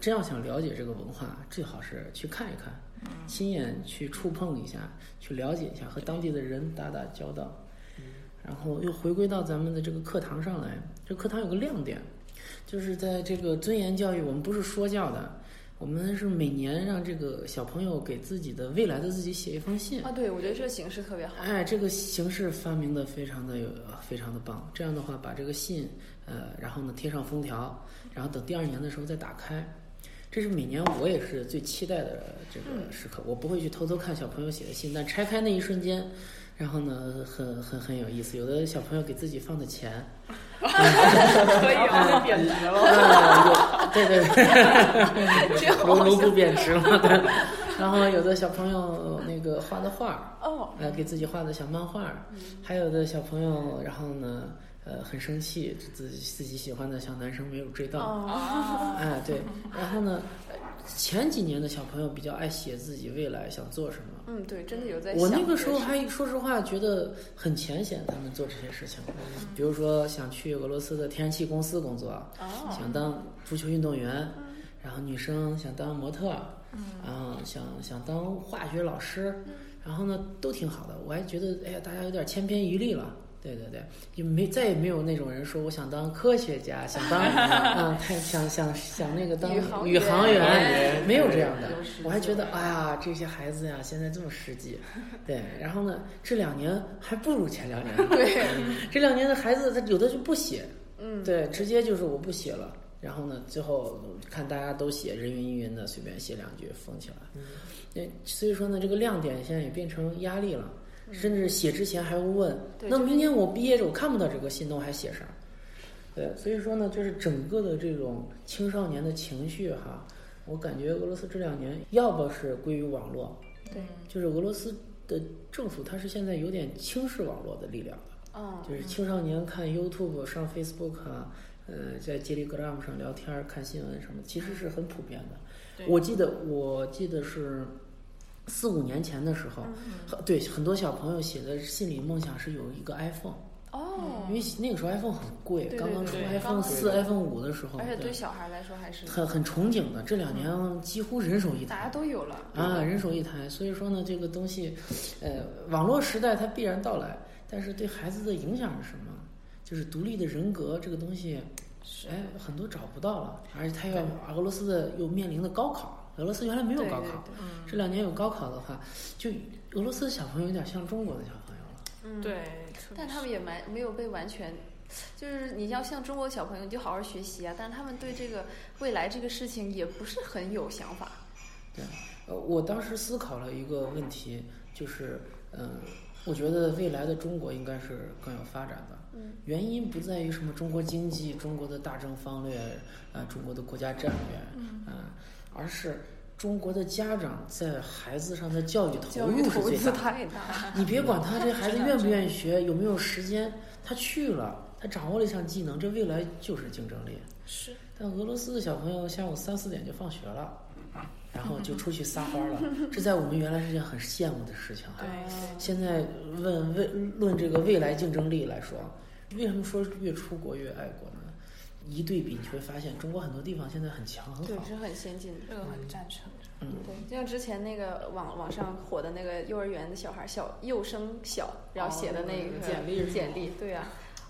[SPEAKER 4] 真要想了解这个文化，最好是去看一看，亲眼去触碰一下，去了解一下，和当地的人打打交道。然后又回归到咱们的这个课堂上来，这课堂有个亮点，就是在这个尊严教育，我们不是说教的，我们是每年让这个小朋友给自己的未来的自己写一封信
[SPEAKER 2] 啊。。对，我觉得这个形式特别好。
[SPEAKER 4] 哎，这个形式发明的非常的有，呃非常的棒。这样的话，把这个信，呃，然后呢贴上封条，然后等第二年的时候再打开。这是每年我也是最期待的这
[SPEAKER 2] 嗯
[SPEAKER 4] 个时刻。我不会去偷偷看小朋友写的信，但拆开那一瞬间，然后呢，很很很有意思。有的小朋友给自己放的钱，
[SPEAKER 5] 可以啊，贬值了，
[SPEAKER 4] 啊，有对对对，
[SPEAKER 5] *laughs* 这好
[SPEAKER 4] 卢卢布贬值了。 *laughs* 对，然后有的小朋友那个画的画儿，
[SPEAKER 5] 哦，嗯
[SPEAKER 4] 呃，给自己画的小漫画儿，还有的小朋友，然后呢，呃，很生气，自己自己喜欢的小男生没有追到，
[SPEAKER 2] 哦
[SPEAKER 5] 啊，
[SPEAKER 4] 哎，对，然后呢，呃前几年的小朋友比较爱写自己未来想做什么。
[SPEAKER 2] 嗯，对，真的有在
[SPEAKER 4] 我
[SPEAKER 2] 想
[SPEAKER 4] 那个
[SPEAKER 2] 这
[SPEAKER 4] 时候
[SPEAKER 2] 事
[SPEAKER 4] 还说实话觉得很浅显，他们做这些事情，
[SPEAKER 5] 嗯
[SPEAKER 4] 比如说想去俄罗斯的天然气公司工作，
[SPEAKER 5] 哦，
[SPEAKER 4] 想当足球运动员，
[SPEAKER 2] 嗯
[SPEAKER 4] 然后女生想当模特，然后想想当化学老师，
[SPEAKER 2] 嗯
[SPEAKER 4] 然后呢都挺好的。我还觉得哎呀，大家有点千篇一律了。对对对，也没再也没有那种人说我想当科学家，想
[SPEAKER 2] *laughs*
[SPEAKER 4] 当啊，太想想想那个当
[SPEAKER 2] 宇航
[SPEAKER 4] 宇航
[SPEAKER 2] 员
[SPEAKER 6] 哎
[SPEAKER 4] 没有这样的
[SPEAKER 2] 有实。
[SPEAKER 4] 我还觉得哎呀，这些孩子呀，现在这么实际，对。然后呢，这两年还不如前两年。
[SPEAKER 2] *laughs*
[SPEAKER 4] 对，这两年的孩子，他有的就不写，嗯，对，直接就是我不写了。然后呢，最后看大家都写人云亦云的，随便写两句封起来。
[SPEAKER 2] 嗯
[SPEAKER 4] 那所以说呢，这个亮点现在也变成压力了，甚至写之前还会问，
[SPEAKER 2] 嗯对
[SPEAKER 4] 那
[SPEAKER 2] 就是
[SPEAKER 4] 明天我毕业了，我看不到这个信，那我还写啥？对，所以说呢，就是整个的这种青少年的情绪哈，我感觉俄罗斯这两年要不是归于网络，
[SPEAKER 2] 对，
[SPEAKER 4] 就是俄罗斯的政府它是现在有点轻视网络的力量的。
[SPEAKER 2] 哦，
[SPEAKER 4] 就是青少年看 YouTube、上 Facebook 啊，呃，在 Telegram 上聊天儿、看新闻什么，其实是很普遍的
[SPEAKER 5] 对。
[SPEAKER 4] 我记得，我记得是四五年前的时候，很对很多小朋友写的心里梦想是有一个 iPhone，
[SPEAKER 2] 哦，
[SPEAKER 4] 嗯因为那个时候 iPhone 很贵，
[SPEAKER 2] 对对
[SPEAKER 4] 刚刚出
[SPEAKER 5] 对对
[SPEAKER 4] iPhone 四、
[SPEAKER 6] 刚
[SPEAKER 4] iPhone 五的时候，
[SPEAKER 2] 哦而且对
[SPEAKER 4] 对
[SPEAKER 2] 小孩来说还是
[SPEAKER 4] 很很憧憬的。这两年几乎人手一
[SPEAKER 2] 大
[SPEAKER 4] 台
[SPEAKER 2] 家。都有了。
[SPEAKER 4] 啊，人手一台。所以说呢，这个东西，呃，网络时代它必然到来，但是对孩子的影响是什么？就是独立的人格这个东西，
[SPEAKER 5] 是
[SPEAKER 4] 哎，很多找不到了，而且他要俄罗斯的又面临的高考，俄罗斯原来没有
[SPEAKER 2] 对
[SPEAKER 4] 高
[SPEAKER 2] 对
[SPEAKER 4] 考，
[SPEAKER 2] 对
[SPEAKER 4] 这两年有高考的话，就俄罗斯的小朋友有点像中国的小朋友了。
[SPEAKER 2] 嗯，
[SPEAKER 5] 对，
[SPEAKER 2] 但他们也蛮没有被完全，就是你要像中国小朋友，你就好好学习啊。但是他们对这个未来这个事情也不是很有想法。
[SPEAKER 4] 啊呃，我当时思考了一个问题，就是，嗯、我觉得未来的中国应该是更有发展的。
[SPEAKER 2] 嗯，
[SPEAKER 4] 原因不在于什么中国经济、中国的大政方略、啊、中国的国家战略，嗯、而是中国的家长在孩子上的教育投
[SPEAKER 2] 教育
[SPEAKER 4] 入是
[SPEAKER 2] 投
[SPEAKER 4] 最
[SPEAKER 2] 资
[SPEAKER 4] 大的。
[SPEAKER 2] 太大，
[SPEAKER 4] 你别管他
[SPEAKER 2] *laughs*
[SPEAKER 4] 这孩子
[SPEAKER 5] 真的
[SPEAKER 4] 愿不愿意学，有没有时间，他去了，他掌握了一项技能，这未来就是竞争力。
[SPEAKER 5] 是
[SPEAKER 4] 但俄罗斯的小朋友下午三四点就放学了，然后就出去撒欢儿了，这在我们原来是件很羡慕的事情哈。
[SPEAKER 5] 对
[SPEAKER 4] 现在问未论这个未来竞争力来说，为什么说越出国越爱国呢？一对比，你会发现中国很多地方现在很强很
[SPEAKER 2] 对，
[SPEAKER 4] 好。
[SPEAKER 2] 是很先进的。
[SPEAKER 5] 这个很赞成。
[SPEAKER 2] 对，就像之前那个网网上火的那个幼儿园的小孩儿小幼升小，然后写的那个、
[SPEAKER 3] 哦简历是吗
[SPEAKER 2] 简历，对啊。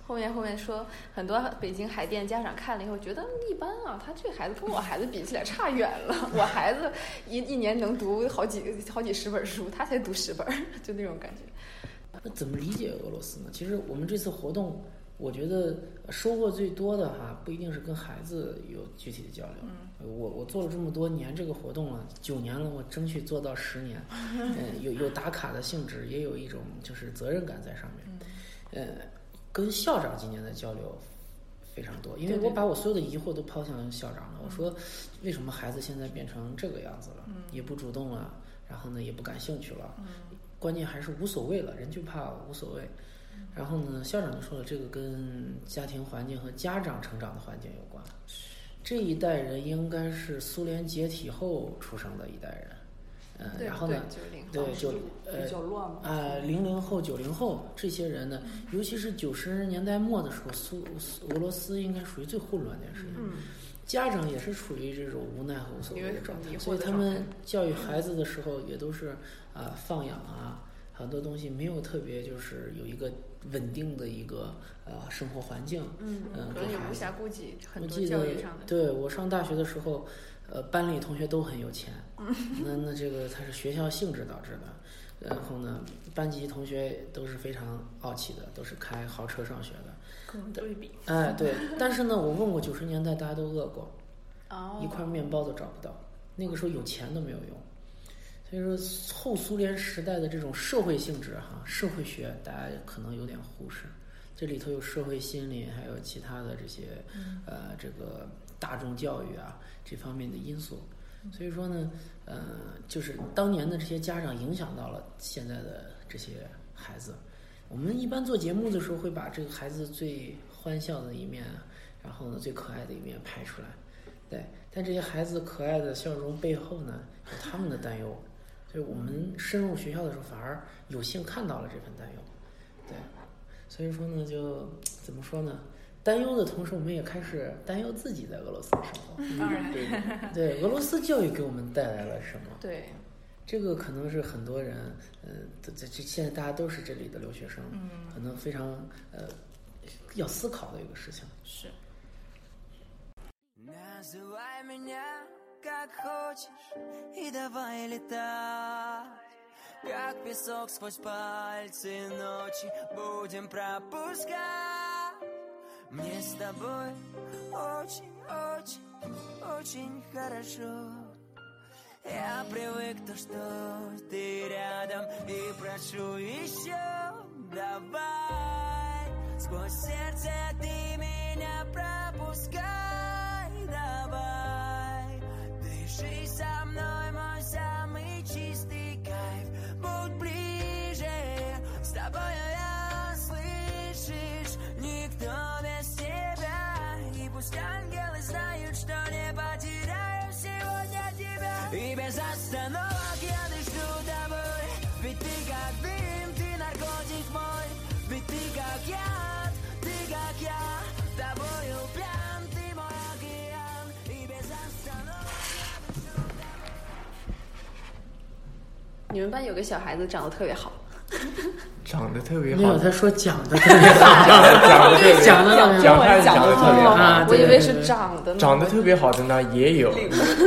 [SPEAKER 2] 后面后面说，很多北京海淀家长看了以后觉得一般啊，他这孩子跟我孩子比起来差远了。我孩子一一年能读好几好几十本书，他才读十本儿，就那种感觉。
[SPEAKER 4] 那怎么理解俄罗斯呢？其实我们这次活动，我觉得收获最多的哈，不一定是跟孩子有具体的交流。我我做了这么多年这个活动了，九年了，我争取做到十年。嗯，有有打卡的性质，也有一种就是责任感在上
[SPEAKER 2] 嗯
[SPEAKER 4] 面。呃，跟校长今年的交流。非常多，因为
[SPEAKER 2] 对嗯对
[SPEAKER 4] 我把我所有的疑惑都抛向校长了。我说，为什么孩子现在变成这个样子了？
[SPEAKER 2] 嗯
[SPEAKER 4] 也不主动了，然后呢，也不感兴趣了。关键还是无所谓了，人就怕无所谓。
[SPEAKER 2] 嗯
[SPEAKER 4] 然后呢，校长就说了，这个跟家庭环境和家长成长的环境有关。这一代人应该是苏联解体后出生的一代人，嗯，然后呢，
[SPEAKER 2] 对就是零
[SPEAKER 4] 对，就呃
[SPEAKER 3] 比较乱嘛。
[SPEAKER 4] 啊，零零后、九零后这些人呢，尤其是九十年代末的时候，苏苏俄罗斯应该属于最混乱的时间。
[SPEAKER 2] 嗯
[SPEAKER 4] 家长也是处于这种无奈和无所谓的状
[SPEAKER 2] 有一
[SPEAKER 4] 态，嗯
[SPEAKER 2] 种
[SPEAKER 4] 所以
[SPEAKER 2] 迷惑的
[SPEAKER 4] 他们教育孩子的时候也都是啊、放养啊，很多东西没有特别就是有一个稳定的一个呃生活环境。
[SPEAKER 2] 嗯
[SPEAKER 4] 嗯
[SPEAKER 2] 可能
[SPEAKER 4] 给
[SPEAKER 2] 也
[SPEAKER 4] 孩
[SPEAKER 2] 无
[SPEAKER 4] 子
[SPEAKER 2] 暇顾及
[SPEAKER 4] 我
[SPEAKER 2] 很多
[SPEAKER 4] 记得
[SPEAKER 2] 教育上的。
[SPEAKER 4] 对我上大学的时候，呃，班里同学都很有钱，
[SPEAKER 2] 嗯
[SPEAKER 4] 那那这个它是学校性质导致的。然后呢，班级同学都是非常傲气的，都是开豪车上学的。
[SPEAKER 5] 各种对比，
[SPEAKER 4] 哎，对，但是呢，我问过九十年代大家都饿过，
[SPEAKER 2] 哦
[SPEAKER 4] 一块面包都找不到，那个时候有钱都没有用。所以说，后苏联时代的这种社会性质哈，社会学大家可能有点忽视，这里头有社会心理，还有其他的这些、呃这个大众教育啊这方面的因素。所以说呢，呃，就是当年的这些家长影响到了现在的这些孩子。我们一般做节目的时候，会把这个孩子最欢笑的一面，啊然后呢最可爱的一面拍出来。对，但这些孩子可爱的笑容背后呢，有他们的担忧，所以我们深入学校的时候，反而有幸看到了这份担忧。对，所以说呢，就怎么说呢？担忧的同时，我们也开始担忧自己在俄罗斯的生活。
[SPEAKER 2] 嗯
[SPEAKER 5] 当然
[SPEAKER 6] 对，
[SPEAKER 4] 对，俄罗斯教育给我们带来了什么？
[SPEAKER 2] 对，
[SPEAKER 4] 这个可能是很多人，嗯、这这这现在大家都是这里的留学生，
[SPEAKER 5] 嗯
[SPEAKER 4] 可能非常呃要思考的一个事情。
[SPEAKER 5] 是。
[SPEAKER 7] Называй меня как хочешь и давай летать Как песок сквозь пальцы ночи будем пропускать Мне с тобой очень-очень-очень хорошо Я привык то, что ты рядом и прошу еще Давай сквозь сердце ты меня пропускай Давай дыши со мной мой самый чистый кайф Будь ближе, с тобою я слышишь Никто без тебя И пусть ангелы знают, что не потеряю сегодня тебя И без остановок я дышу тобой Ведь ты как дым, ты наркотик мой Ведь ты как яд, ты как я Тобою пьян, ты мой океан И без остановок
[SPEAKER 2] 你们班有个小孩子长得特别好，
[SPEAKER 6] 讲的特别
[SPEAKER 4] 没
[SPEAKER 6] 好
[SPEAKER 4] 有，，他说讲的特别好，
[SPEAKER 6] 讲的特别
[SPEAKER 4] 讲的特别
[SPEAKER 6] 讲
[SPEAKER 4] 好，
[SPEAKER 6] 汉语讲的特别好，
[SPEAKER 4] 啊
[SPEAKER 2] 哦我
[SPEAKER 4] 对
[SPEAKER 2] 以为
[SPEAKER 4] 对
[SPEAKER 2] 是
[SPEAKER 4] 对
[SPEAKER 2] 长的呢。
[SPEAKER 6] 长得特别好的呢也有，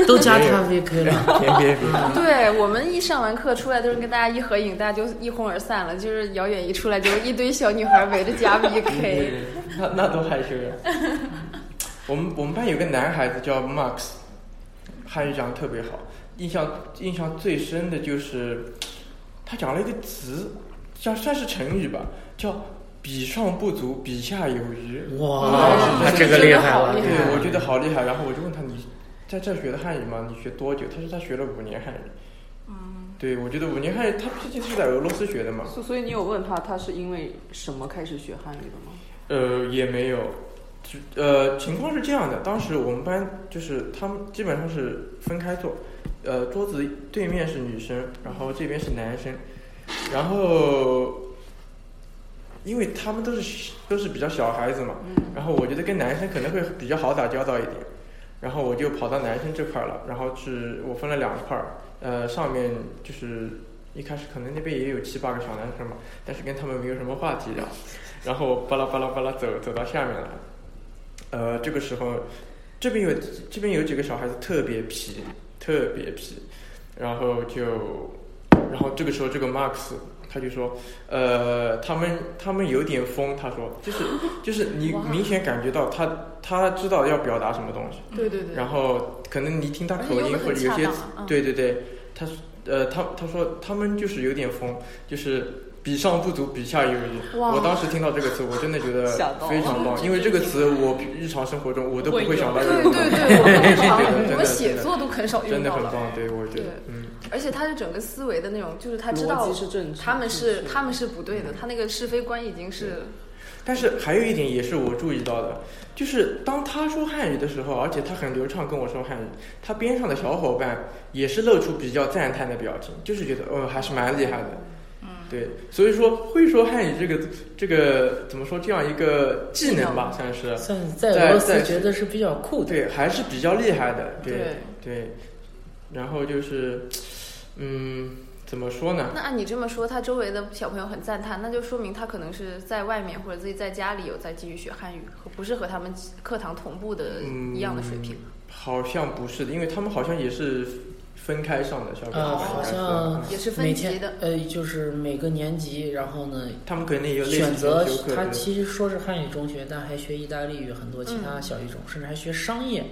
[SPEAKER 4] 都加咖啡可以了。
[SPEAKER 6] 别别别，
[SPEAKER 2] 对我们一上完课出来，就是跟大家一合影，大家就一哄而散了。就是遥远一出来，就一堆小女孩围着贾
[SPEAKER 6] *laughs*
[SPEAKER 2] 比 K。
[SPEAKER 6] 那那多害羞呀！我们我们班有个男孩子叫 Max，汉语讲的特别好，印象印象最深的就是他讲了一个词，叫算是成语吧，叫“比上不足，比下有余”。
[SPEAKER 4] 哇，那这个厉害了，
[SPEAKER 6] 对，啊我觉得好厉害。然后我就问他：“你在这学的汉语吗？你学多久？”他说他学了五年汉语。嗯。对，我觉得五年汉语，他毕竟是在俄罗斯学的嘛。
[SPEAKER 3] 所所以你有问他，他是因为什么开始学汉语的吗？
[SPEAKER 6] 呃，也没有，只呃，情况是这样的，当时我们班就是他们基本上是分开坐，呃，桌子对面是女生，然后这边是男生，然后因为他们都是都是比较小孩子嘛，然后我觉得跟男生可能会比较好打交道一点，然后我就跑到男生这块儿了，然后是我分了两块儿，呃，上面就是一开始可能那边也有七八个小男生嘛，但是跟他们没有什么话题聊，然后巴拉巴拉巴拉走走到下面来，呃，这个时候这边有这边有几个小孩子特别皮，特别皮，然后就，然后这个时候这个 Max 他就说，呃，他们他们有点疯，他说就是就是你明显感觉到他他知道要表达什么东西，
[SPEAKER 2] 对对对。
[SPEAKER 6] 然后可能你听他
[SPEAKER 2] 而
[SPEAKER 6] 口
[SPEAKER 2] 且用
[SPEAKER 6] 音
[SPEAKER 2] 的
[SPEAKER 6] 或
[SPEAKER 2] 很
[SPEAKER 6] 者有
[SPEAKER 2] 恰
[SPEAKER 6] 些
[SPEAKER 2] 当啊。嗯，
[SPEAKER 6] 对对对，他说呃，他他说他们就是有点疯，就是比上不足，比下有余。
[SPEAKER 2] 哇
[SPEAKER 6] 我当时听到这个词，我真的觉得
[SPEAKER 3] 吓到了
[SPEAKER 6] 非常棒，因为这个词我日常生活中我都不会想到这
[SPEAKER 2] 对
[SPEAKER 6] 个
[SPEAKER 2] 对对，我们
[SPEAKER 6] 真的真
[SPEAKER 2] 常
[SPEAKER 6] 的
[SPEAKER 2] 我们写作都很少
[SPEAKER 6] 真
[SPEAKER 2] 用
[SPEAKER 6] 的
[SPEAKER 2] 到
[SPEAKER 6] 很
[SPEAKER 2] 了，
[SPEAKER 6] 棒，对我觉
[SPEAKER 2] 对
[SPEAKER 6] 得，嗯，
[SPEAKER 2] 而且他是整个思维的那种，就是他知
[SPEAKER 3] 逻
[SPEAKER 2] 道
[SPEAKER 3] 辑是正确，
[SPEAKER 2] 他们是他
[SPEAKER 3] 们
[SPEAKER 2] 们是不对的，他那个是非观已经是
[SPEAKER 6] 但是还有一点也是我注意到的，就是当他说汉语的时候，而且他很流畅跟我说汉语，他边上的小伙伴也是露出比较赞叹的表情，就是觉得哦还是蛮厉害的。对，所以说会说汉语这个这个怎么说这样一个技能吧，算是
[SPEAKER 4] 算是在俄罗斯觉得是比较酷的。
[SPEAKER 6] 对，还是比较厉害的。对
[SPEAKER 2] 对。
[SPEAKER 6] 对然后就是，嗯，怎么说呢？
[SPEAKER 2] 那按你这么说，他周围的小朋友很赞叹，那就说明他可能是在外面或者自己在家里有在继续学汉语，和不是和他们课堂同步的
[SPEAKER 6] 嗯
[SPEAKER 2] 一样的水平。
[SPEAKER 6] 好像不是的，因为他们好像也是分开上的，小朋友
[SPEAKER 4] 呃，
[SPEAKER 6] 分
[SPEAKER 4] 好
[SPEAKER 6] 开上
[SPEAKER 4] 像
[SPEAKER 2] 也是
[SPEAKER 4] 每
[SPEAKER 2] 分级
[SPEAKER 4] 天
[SPEAKER 2] 的。
[SPEAKER 4] 呃，就是每个年级，然后呢，
[SPEAKER 6] 他们可能也有类似
[SPEAKER 4] 选择
[SPEAKER 6] 选修
[SPEAKER 4] 他
[SPEAKER 6] 课之类的
[SPEAKER 4] 其实说是汉语中学，但还学意大利语，很多其他小语
[SPEAKER 2] 嗯
[SPEAKER 4] 种，甚至还学商业。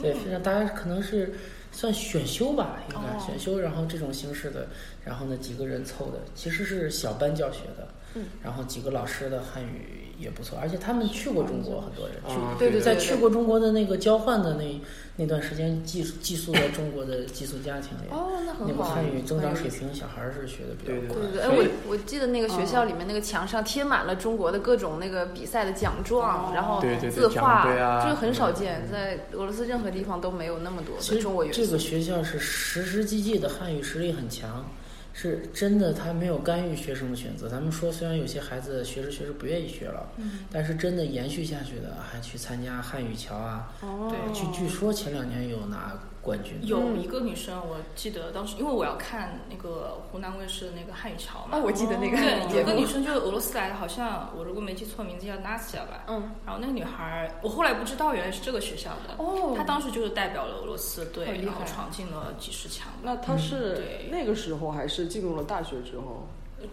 [SPEAKER 4] 对，非常大家可能是算选修吧，应该、
[SPEAKER 2] 哦
[SPEAKER 4] 选修，然后这种形式的，然后呢几个人凑的，其实是小班教学的。嗯，然后几个老师的汉语也不错，而且他们去过中
[SPEAKER 2] 嗯
[SPEAKER 4] 国，很多人去
[SPEAKER 6] 啊，
[SPEAKER 2] 对对
[SPEAKER 6] 对
[SPEAKER 4] 在去过中国的那个交换的那那段时间寄宿寄宿在中国的寄宿家庭里，
[SPEAKER 2] 哦，那
[SPEAKER 4] 那
[SPEAKER 2] 很
[SPEAKER 4] 个
[SPEAKER 2] 好啊。
[SPEAKER 4] 汉语增长
[SPEAKER 2] 很有
[SPEAKER 4] 水
[SPEAKER 2] 意思
[SPEAKER 4] 平，小孩儿是学的比
[SPEAKER 6] 对对
[SPEAKER 4] 较
[SPEAKER 6] 对
[SPEAKER 4] 快。
[SPEAKER 2] 对对，哎，
[SPEAKER 6] 所以
[SPEAKER 2] 我我记得那个学校里面那个墙上贴满了中国的各种那个比赛的奖状，然后
[SPEAKER 6] 对对对
[SPEAKER 2] 字画，
[SPEAKER 6] 奖杯啊
[SPEAKER 2] 就是很少见，在俄罗斯任何地方都没有那么多
[SPEAKER 4] 其
[SPEAKER 2] 的
[SPEAKER 4] 实
[SPEAKER 2] 中国元素。
[SPEAKER 4] 这个学校是实实际际的汉语实力很强，是真的，他没有干预学生的选择。咱们说，虽然有些孩子学着学着不愿意学了，但是真的延续下去的，还去参加汉语桥啊，
[SPEAKER 2] 哦
[SPEAKER 5] 对，
[SPEAKER 4] 据据说前两年有拿冠军的。
[SPEAKER 5] 有
[SPEAKER 2] 嗯
[SPEAKER 5] 一个女生，我记得当时，因为我要看那个湖南卫视那个《汉语桥》嘛。
[SPEAKER 2] 哦，我记得那个
[SPEAKER 5] 对，有
[SPEAKER 2] 节
[SPEAKER 5] 个
[SPEAKER 2] 目
[SPEAKER 5] 女，生就是俄罗斯来的，好像我如果没记错，名字叫 Nastya 吧。
[SPEAKER 2] 嗯，
[SPEAKER 5] 然后那个女孩儿，我后来不知道原来是这个学校的。
[SPEAKER 2] 哦
[SPEAKER 5] 她当时就是代表了俄罗斯
[SPEAKER 2] 好
[SPEAKER 5] 队，
[SPEAKER 2] 厉害
[SPEAKER 5] 然后闯进了几十强。
[SPEAKER 3] 那他是
[SPEAKER 5] 对
[SPEAKER 3] 那个时候还是进入了大学之后？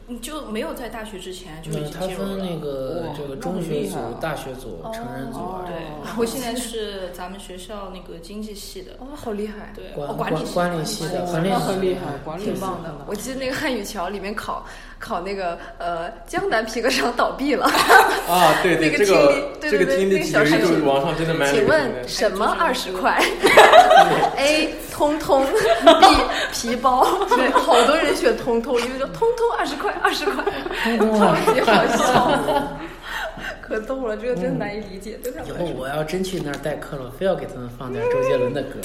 [SPEAKER 5] 你就没有在大学之前就
[SPEAKER 4] 那
[SPEAKER 5] 已经
[SPEAKER 4] 他
[SPEAKER 5] 进入
[SPEAKER 4] 分
[SPEAKER 5] 了。
[SPEAKER 4] 那个
[SPEAKER 3] 哇
[SPEAKER 4] 这个
[SPEAKER 3] 那
[SPEAKER 4] 中
[SPEAKER 3] 很
[SPEAKER 4] 学
[SPEAKER 3] 厉
[SPEAKER 4] 组
[SPEAKER 3] 害啊、
[SPEAKER 4] 大学组、成人组啊，
[SPEAKER 5] 对，然后现在是咱们学校那个经济系的。
[SPEAKER 2] 哦，好厉害。
[SPEAKER 5] 对，
[SPEAKER 4] 管
[SPEAKER 5] 哦管理系
[SPEAKER 4] 管理系的
[SPEAKER 5] 管
[SPEAKER 4] 管理
[SPEAKER 3] 那
[SPEAKER 4] 系
[SPEAKER 3] 很厉害，管理
[SPEAKER 2] 挺棒的，我记得那个汉语桥里面考考那个呃江南皮革厂倒闭
[SPEAKER 6] *laughs*
[SPEAKER 2] 了，
[SPEAKER 6] 啊，对对，
[SPEAKER 2] 那个
[SPEAKER 6] 这个
[SPEAKER 2] 听力对
[SPEAKER 6] 这
[SPEAKER 2] 对
[SPEAKER 6] 个
[SPEAKER 2] 对
[SPEAKER 6] 听
[SPEAKER 2] 那
[SPEAKER 6] 力
[SPEAKER 2] 个
[SPEAKER 6] 题
[SPEAKER 2] 小
[SPEAKER 6] 有一
[SPEAKER 2] 视
[SPEAKER 6] 个
[SPEAKER 2] 频
[SPEAKER 6] 网上真的蛮
[SPEAKER 2] 请
[SPEAKER 6] 流行
[SPEAKER 2] 问
[SPEAKER 6] 的。
[SPEAKER 2] 什么二十
[SPEAKER 6] *laughs*
[SPEAKER 2] 块？A 通通，B 皮包， *laughs* 对，好多人选 *laughs* 通通，因为说通通二十块，二十块，
[SPEAKER 4] 通通啊
[SPEAKER 2] *laughs* 超级好笑，可逗了，这个真难以理解，对他
[SPEAKER 4] 以
[SPEAKER 6] 嗯
[SPEAKER 2] 们
[SPEAKER 4] 后
[SPEAKER 2] 来说。
[SPEAKER 4] 我要真去那儿代课了，非要给他们放点周杰伦的歌，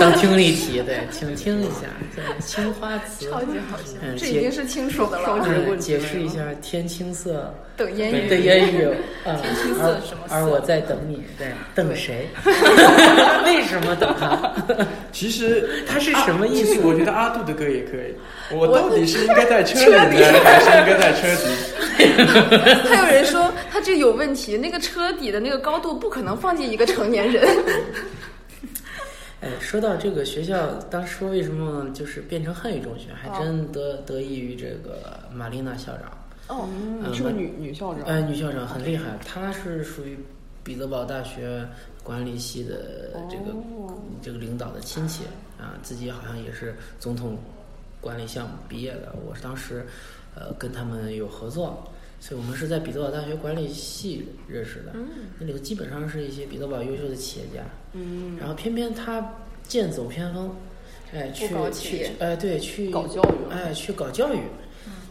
[SPEAKER 4] 当听力题，对， *laughs* 请听一下，对，青花瓷，
[SPEAKER 2] 超级好笑，
[SPEAKER 4] 嗯，
[SPEAKER 2] 这已经
[SPEAKER 4] 解
[SPEAKER 2] 是清楚的了。
[SPEAKER 4] 嗯解释一下天青色呃
[SPEAKER 2] 等烟
[SPEAKER 6] 对
[SPEAKER 2] 雨，
[SPEAKER 4] 的烟雨，啊，
[SPEAKER 5] 天青色什么色
[SPEAKER 4] 而而我在等你，对，等谁？ *laughs* 为什么等他？
[SPEAKER 6] 其实
[SPEAKER 4] 他是什么意
[SPEAKER 6] 其
[SPEAKER 4] 思
[SPEAKER 6] 实？我觉得阿杜的歌也可以。我到底是应该在车里呢，还是应该在车底？
[SPEAKER 2] 还
[SPEAKER 6] *laughs*
[SPEAKER 2] 有人说他这有问题，那个车底的那个高度不可能放进一个成年人。
[SPEAKER 4] 哎，说到这个学校，当初为什么就是变成汉语中学，还真得得益于这个玛丽娜校长。
[SPEAKER 2] 哦，
[SPEAKER 4] 嗯
[SPEAKER 3] 是个女女校长，
[SPEAKER 4] 呃，女校长很厉害，她是属于彼得堡大学管理系的这个、
[SPEAKER 3] 哦
[SPEAKER 4] 这个领导的亲戚啊，自己好像也是总统管理项目毕业的。我当时呃跟他们有合作，所以我们是在彼得堡大学管理系认识的。
[SPEAKER 3] 嗯
[SPEAKER 4] 那里头基本上是一些彼得堡优秀的企业家。嗯，然后偏偏他剑走偏锋，哎，去
[SPEAKER 2] 搞企
[SPEAKER 4] 去
[SPEAKER 2] 业
[SPEAKER 4] 哎对去
[SPEAKER 3] 搞教育嗯
[SPEAKER 4] 哎去搞教育。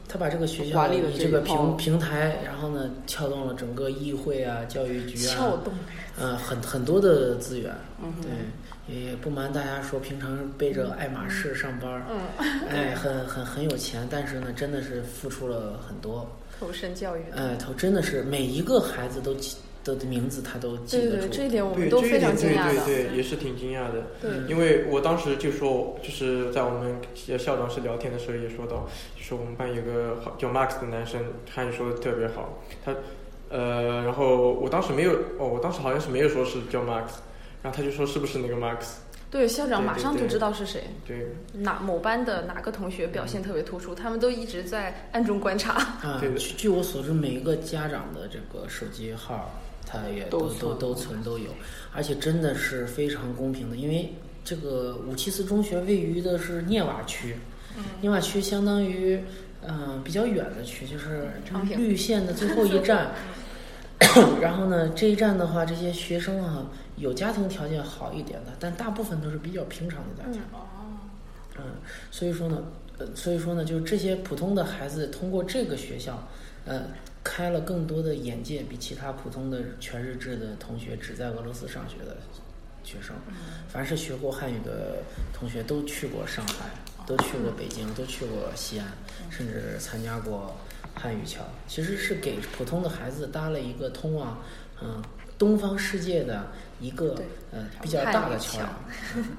[SPEAKER 4] 他把这个学校
[SPEAKER 3] 管理的
[SPEAKER 4] 以
[SPEAKER 3] 这
[SPEAKER 4] 这个
[SPEAKER 3] 一套
[SPEAKER 4] 平平台，然后呢，撬动了整个议会啊、教育局啊，
[SPEAKER 2] 撬动嗯
[SPEAKER 4] 呃，很很多的资源。对，也也不瞒大家说，平常背着爱马仕上班，嗯，哎，很很很有钱，但是呢，真的是付出了很多。
[SPEAKER 2] 投身教育，
[SPEAKER 4] 哎，他真的是每一个孩子都记的名字，他都记
[SPEAKER 2] 对
[SPEAKER 4] 得
[SPEAKER 2] 对
[SPEAKER 4] 住。
[SPEAKER 2] 对，这一点我
[SPEAKER 6] 对
[SPEAKER 2] 们都
[SPEAKER 6] 这一
[SPEAKER 2] 非常
[SPEAKER 6] 点
[SPEAKER 2] 惊讶
[SPEAKER 6] 对
[SPEAKER 2] 的。
[SPEAKER 6] 对对，也是挺惊讶的。
[SPEAKER 2] 对
[SPEAKER 4] 嗯
[SPEAKER 6] 因为我当时就说，就是在我们校长室聊天的时候也说到，就是我们班有个好叫 Max 的男生，汉语说的特别好。他，呃，然后我当时没有，哦，我当时好像是没有说是叫 Max，然后他就说是不是那个 Max？
[SPEAKER 2] 对校长马上
[SPEAKER 6] 对对
[SPEAKER 2] 就
[SPEAKER 6] 对
[SPEAKER 2] 知道是谁，
[SPEAKER 6] 对，
[SPEAKER 2] 哪某班的哪个同学
[SPEAKER 6] 嗯
[SPEAKER 2] 表现特别突出，他们都一直在暗中观察。 *laughs*
[SPEAKER 4] 啊
[SPEAKER 6] 对，的
[SPEAKER 4] 据据我所知，每一个家长的这个手机号，他也都
[SPEAKER 3] 都
[SPEAKER 4] 都
[SPEAKER 3] 存
[SPEAKER 4] 都存都有，而且真的是非常公平的，因为这个五七四中学位于的是涅瓦区，涅瓦区相当于嗯、呃比较远的区，就是
[SPEAKER 2] 昌平
[SPEAKER 4] 绿线的最后一站。然后呢，这一站的话，这些学生啊，有家庭条件好一点的，但大部分都是比较平常的家庭。嗯，所以说呢，呃，所以说呢，就是这些普通的孩子通过这个学校，呃，开了更多的眼界，比其他普通的全日制的同学只在俄罗斯上学的学生，
[SPEAKER 2] 嗯
[SPEAKER 4] 凡是学过汉语的同学都去过上海，都去过北京，都去过西安，甚至参加过汉语桥，其实是给普通的孩子搭了一个通往，嗯、东方世界的一个呃比较大的桥
[SPEAKER 2] 汉语
[SPEAKER 4] 梁
[SPEAKER 2] 桥。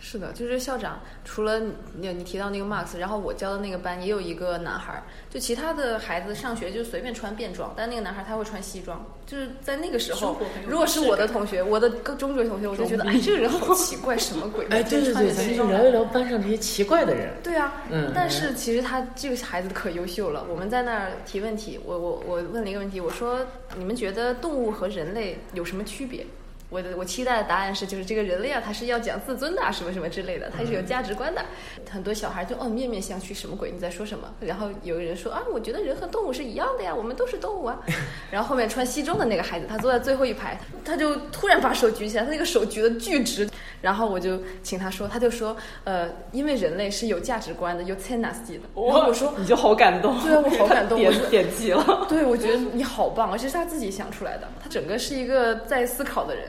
[SPEAKER 2] 是的，就是校长，除了你你提到那个 Max，然后我教的那个班也有一个男孩儿，就其他的孩子上学就随便穿便装，但那个男孩儿他会穿西装，就是在那个时候
[SPEAKER 5] 生活很，有
[SPEAKER 2] 如果是我的同学，我的各中学同学，我就觉得哎，这个人好奇怪，什么鬼？
[SPEAKER 4] 哎，对对
[SPEAKER 2] 穿
[SPEAKER 4] 对，
[SPEAKER 2] 着
[SPEAKER 4] 咱
[SPEAKER 2] 西
[SPEAKER 4] 们
[SPEAKER 2] 装
[SPEAKER 4] 聊一聊班上这些奇怪的人。
[SPEAKER 2] 对啊，
[SPEAKER 4] 嗯
[SPEAKER 2] 但是其实他这个孩子可优秀了。我们在那儿提问题，我我我问了一个问题，我说你们觉得动物和人类有什么区别？我的我期待的答案是，就是这个人类啊，他是要讲自尊的啊，什么什么之类的，他是有价值观的。很多小孩就哦面面相觑，什么鬼？你在说什么？然后有个人说啊，我觉得人和动物是一样的呀，我们都是动物啊。 *laughs* 然后后面穿西装的那个孩子，他坐在最后一排，他就突然把手举起来，他那个手举的巨直。然后我就请他说，他就说呃，因为人类是有价值观的，有 c e n a s t y 的。然后我说
[SPEAKER 3] 你就好感动，
[SPEAKER 2] 对啊我好感动
[SPEAKER 3] *laughs* 给他
[SPEAKER 2] 我
[SPEAKER 3] 点点击了。
[SPEAKER 2] *laughs* 对，我觉得你好棒，而且是他自己想出来的，他整个是一个在思考的人，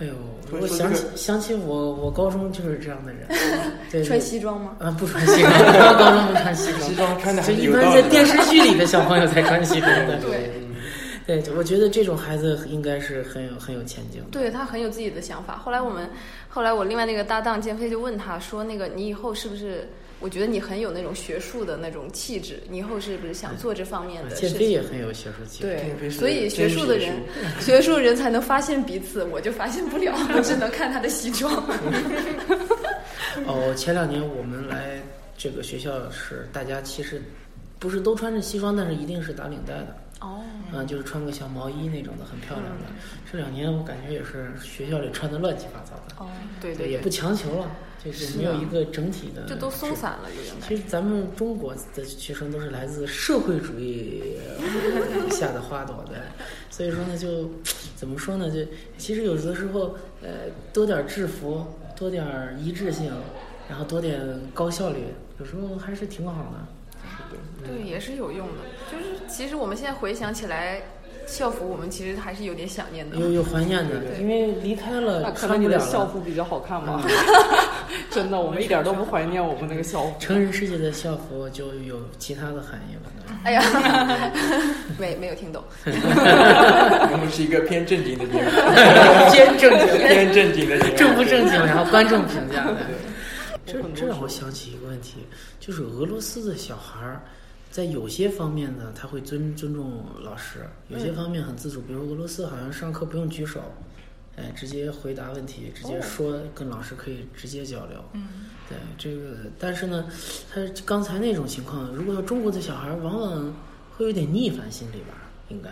[SPEAKER 4] 哎呦，
[SPEAKER 6] 所以
[SPEAKER 4] 我
[SPEAKER 6] 说
[SPEAKER 4] 想
[SPEAKER 6] 这
[SPEAKER 4] 起
[SPEAKER 6] 个
[SPEAKER 4] 想起我我高中就是这样的人，对
[SPEAKER 2] 穿
[SPEAKER 4] 对
[SPEAKER 2] 西装吗？
[SPEAKER 4] 啊不穿西装， *laughs* 我高中不穿西装，
[SPEAKER 6] *laughs* 西装穿的还
[SPEAKER 4] 就是一
[SPEAKER 6] 有
[SPEAKER 4] 般
[SPEAKER 6] 道
[SPEAKER 4] 在
[SPEAKER 6] 理的。
[SPEAKER 4] 电视剧里的小朋友才穿西装的。
[SPEAKER 2] 对
[SPEAKER 4] 对，我觉得这种孩子应该是很有很有前景的。
[SPEAKER 2] 对他很有自己的想法。后来我们，后来我另外那个搭档建飞就问他说：“那个你以后是不是？我觉得你很有那种学术的那种气质，你以后是不是想做这方面
[SPEAKER 4] 啊
[SPEAKER 2] 的事
[SPEAKER 4] 建飞
[SPEAKER 2] 情
[SPEAKER 4] 也很有学术？”气质。
[SPEAKER 6] 建飞
[SPEAKER 2] 对，
[SPEAKER 6] 是
[SPEAKER 2] 所以学术的人，学术人才能发现彼此，我就发现不了，我只能看他的西装。
[SPEAKER 4] 哦，前两年我们来这个学校是大家其实不是都穿着西装，但是一定是打领带的。
[SPEAKER 2] *laughs* 哦，
[SPEAKER 4] 嗯，就是穿个小毛衣那种的，很漂亮的。这两年我感觉也是学校里穿的乱七八糟的，
[SPEAKER 2] 哦，对
[SPEAKER 4] 对，也
[SPEAKER 2] 对
[SPEAKER 4] 不，强求了，就是没有一个整体的，
[SPEAKER 2] 就都松。散了，有点。
[SPEAKER 4] 其实咱们中国的学生都是来自社会主义 *laughs* 呃下的花朵的，所以说呢，就怎么说呢？就其实有的时候，呃，多点儿制服，多点儿一致性，然后多点高效率，有时候还是挺好的。
[SPEAKER 2] 对，也是有用的。就是其实我们现在回想起来，校服我们其实还是有点想念的。
[SPEAKER 4] 有有怀念的，
[SPEAKER 2] 对
[SPEAKER 4] 因为离开
[SPEAKER 3] 那
[SPEAKER 4] 了
[SPEAKER 3] 可
[SPEAKER 4] 穿
[SPEAKER 3] 能你
[SPEAKER 4] 不
[SPEAKER 3] 的
[SPEAKER 4] 了
[SPEAKER 3] 校
[SPEAKER 4] 了。
[SPEAKER 3] 服比较好看吧？ *laughs* 真的，我们一点都不怀念我们那个校服。
[SPEAKER 4] 成人世界的校服就有其他的含义了。可能
[SPEAKER 2] 哎呀， *laughs* 没没有听懂。
[SPEAKER 6] 我们是一个偏正经的节目，
[SPEAKER 4] 偏正经，
[SPEAKER 6] 偏 *laughs* 正经的节目，
[SPEAKER 4] 正不正经，然后观众评价的。这
[SPEAKER 3] 我很多
[SPEAKER 4] 这让我
[SPEAKER 3] 时
[SPEAKER 4] 想起一个问题，就是俄罗斯的小孩儿，在有些方面呢，他会尊尊重老师，有些方面很自主。比如俄罗斯好像上课不用举手，哎，直接回答问题，直接说，跟老师可以直接交流。
[SPEAKER 5] 嗯，
[SPEAKER 4] 对这个，但是呢，他刚才那种情况，如果要中国的小孩儿，往往会有点逆反心理吧，应该，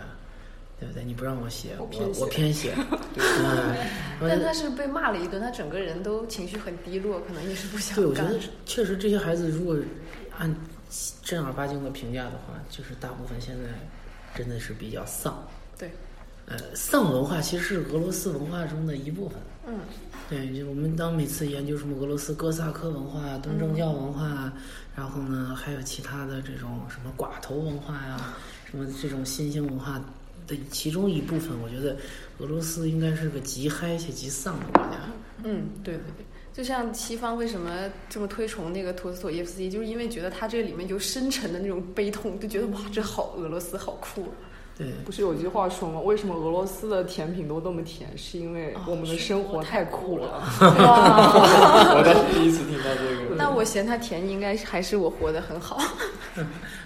[SPEAKER 4] 对不对？你不让我写，我我偏写，嗯，我
[SPEAKER 2] 但他是被骂了一顿，他整个人都情绪很低落，可能也是不想
[SPEAKER 4] 对，我觉
[SPEAKER 2] 干。
[SPEAKER 4] 得确实这些孩子如果按正儿八经的评价的话，就是大部分现在真的是比较丧。
[SPEAKER 2] 对，
[SPEAKER 4] 呃，丧文化其实是俄罗斯文化中的一部分。
[SPEAKER 2] 嗯，
[SPEAKER 4] 对，就我们当每次研究什么俄罗斯哥萨克文化、东正教文化，
[SPEAKER 2] 嗯
[SPEAKER 4] 然后呢，还有其他的这种什么寡头文化呀、
[SPEAKER 2] 嗯
[SPEAKER 4] 什么这种新兴文化的其中一部分，我觉得俄罗斯应该是个极嗨且极丧的国家。
[SPEAKER 2] 嗯，对对对，就像西方为什么这么推崇那个陀思妥耶夫斯基，就是因为觉得他这里面有深沉的那种悲痛，就觉得哇，这好俄罗斯，好酷。啊
[SPEAKER 4] 对，
[SPEAKER 3] 不是有句话说吗？为什么俄罗斯的甜品都那么甜？是因
[SPEAKER 2] 哦
[SPEAKER 3] 为我们的生活太苦
[SPEAKER 2] *laughs*
[SPEAKER 3] 了。 *laughs*
[SPEAKER 6] 我倒是第一次听到 *laughs* 这个。
[SPEAKER 2] 那我嫌它甜，应该还是我活得很
[SPEAKER 3] *laughs*
[SPEAKER 2] 好。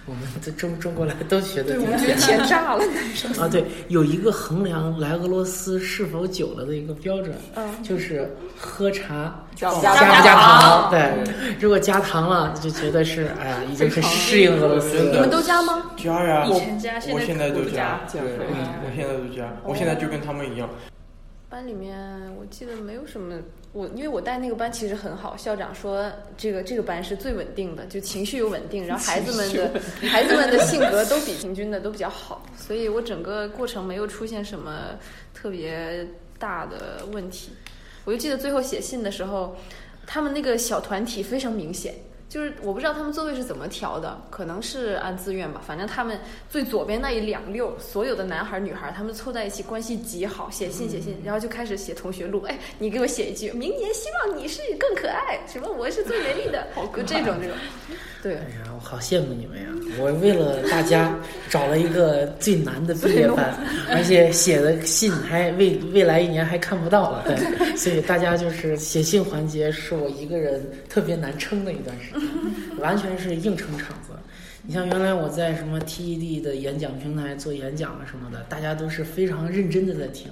[SPEAKER 4] 我们这中中国来都学的
[SPEAKER 2] 对，我
[SPEAKER 4] 挺
[SPEAKER 2] 们觉得甜炸
[SPEAKER 3] *laughs*
[SPEAKER 2] 了。
[SPEAKER 4] 啊，对，有一个衡量来俄罗斯是否久了的一个标准，就是喝茶
[SPEAKER 3] 加
[SPEAKER 4] 加
[SPEAKER 3] 加
[SPEAKER 4] 不加
[SPEAKER 2] 糖
[SPEAKER 4] 糖？对，如果加糖了，就觉得是哎呀，已经是适应俄罗斯
[SPEAKER 6] 真
[SPEAKER 2] 你
[SPEAKER 6] 的
[SPEAKER 2] 们
[SPEAKER 4] 了。
[SPEAKER 2] 都加吗？
[SPEAKER 6] 加呀，
[SPEAKER 5] 以前加
[SPEAKER 6] 我我现
[SPEAKER 5] 现
[SPEAKER 6] 在
[SPEAKER 5] 在
[SPEAKER 6] 都
[SPEAKER 5] 不
[SPEAKER 6] 加啊
[SPEAKER 5] 加，
[SPEAKER 6] 对，嗯
[SPEAKER 3] 减肥
[SPEAKER 6] 我现在都加，我现在就跟他们一样，
[SPEAKER 2] 班里面我记得没有什么，我因为我带那个班其实很好，校长说这个这个班是最稳定的，就情绪又稳定，然后孩子们的孩子们的性格都比平均的都比较好，所以我整个过程没有出现什么特别大的问题。我就记得最后写信的时候，他们那个小团体非常明显。就是我不知道他们座位是怎么调的，可能是按自愿吧。反正他们最左边那一两溜，所有的男孩儿女孩儿，他们凑在一起，关系极好，写信写信，然后就开始写同学录。哎，你给我写一句，明年希望你是更可爱，什么我是最美 *laughs* 丽的，就这种这种。对
[SPEAKER 4] 哎，呀，我好羡慕你们呀！我为了大家找了一个 *laughs* 最难的毕业班，而且写的信还未未来一年还看不到了，对，所以大家就是写信环节是我一个人特别难撑的一段 *laughs* 时间，完全是硬撑场子。你像原来我在什么 TED 的演讲平台做演讲啊什么的，大家都是非常认真的在听。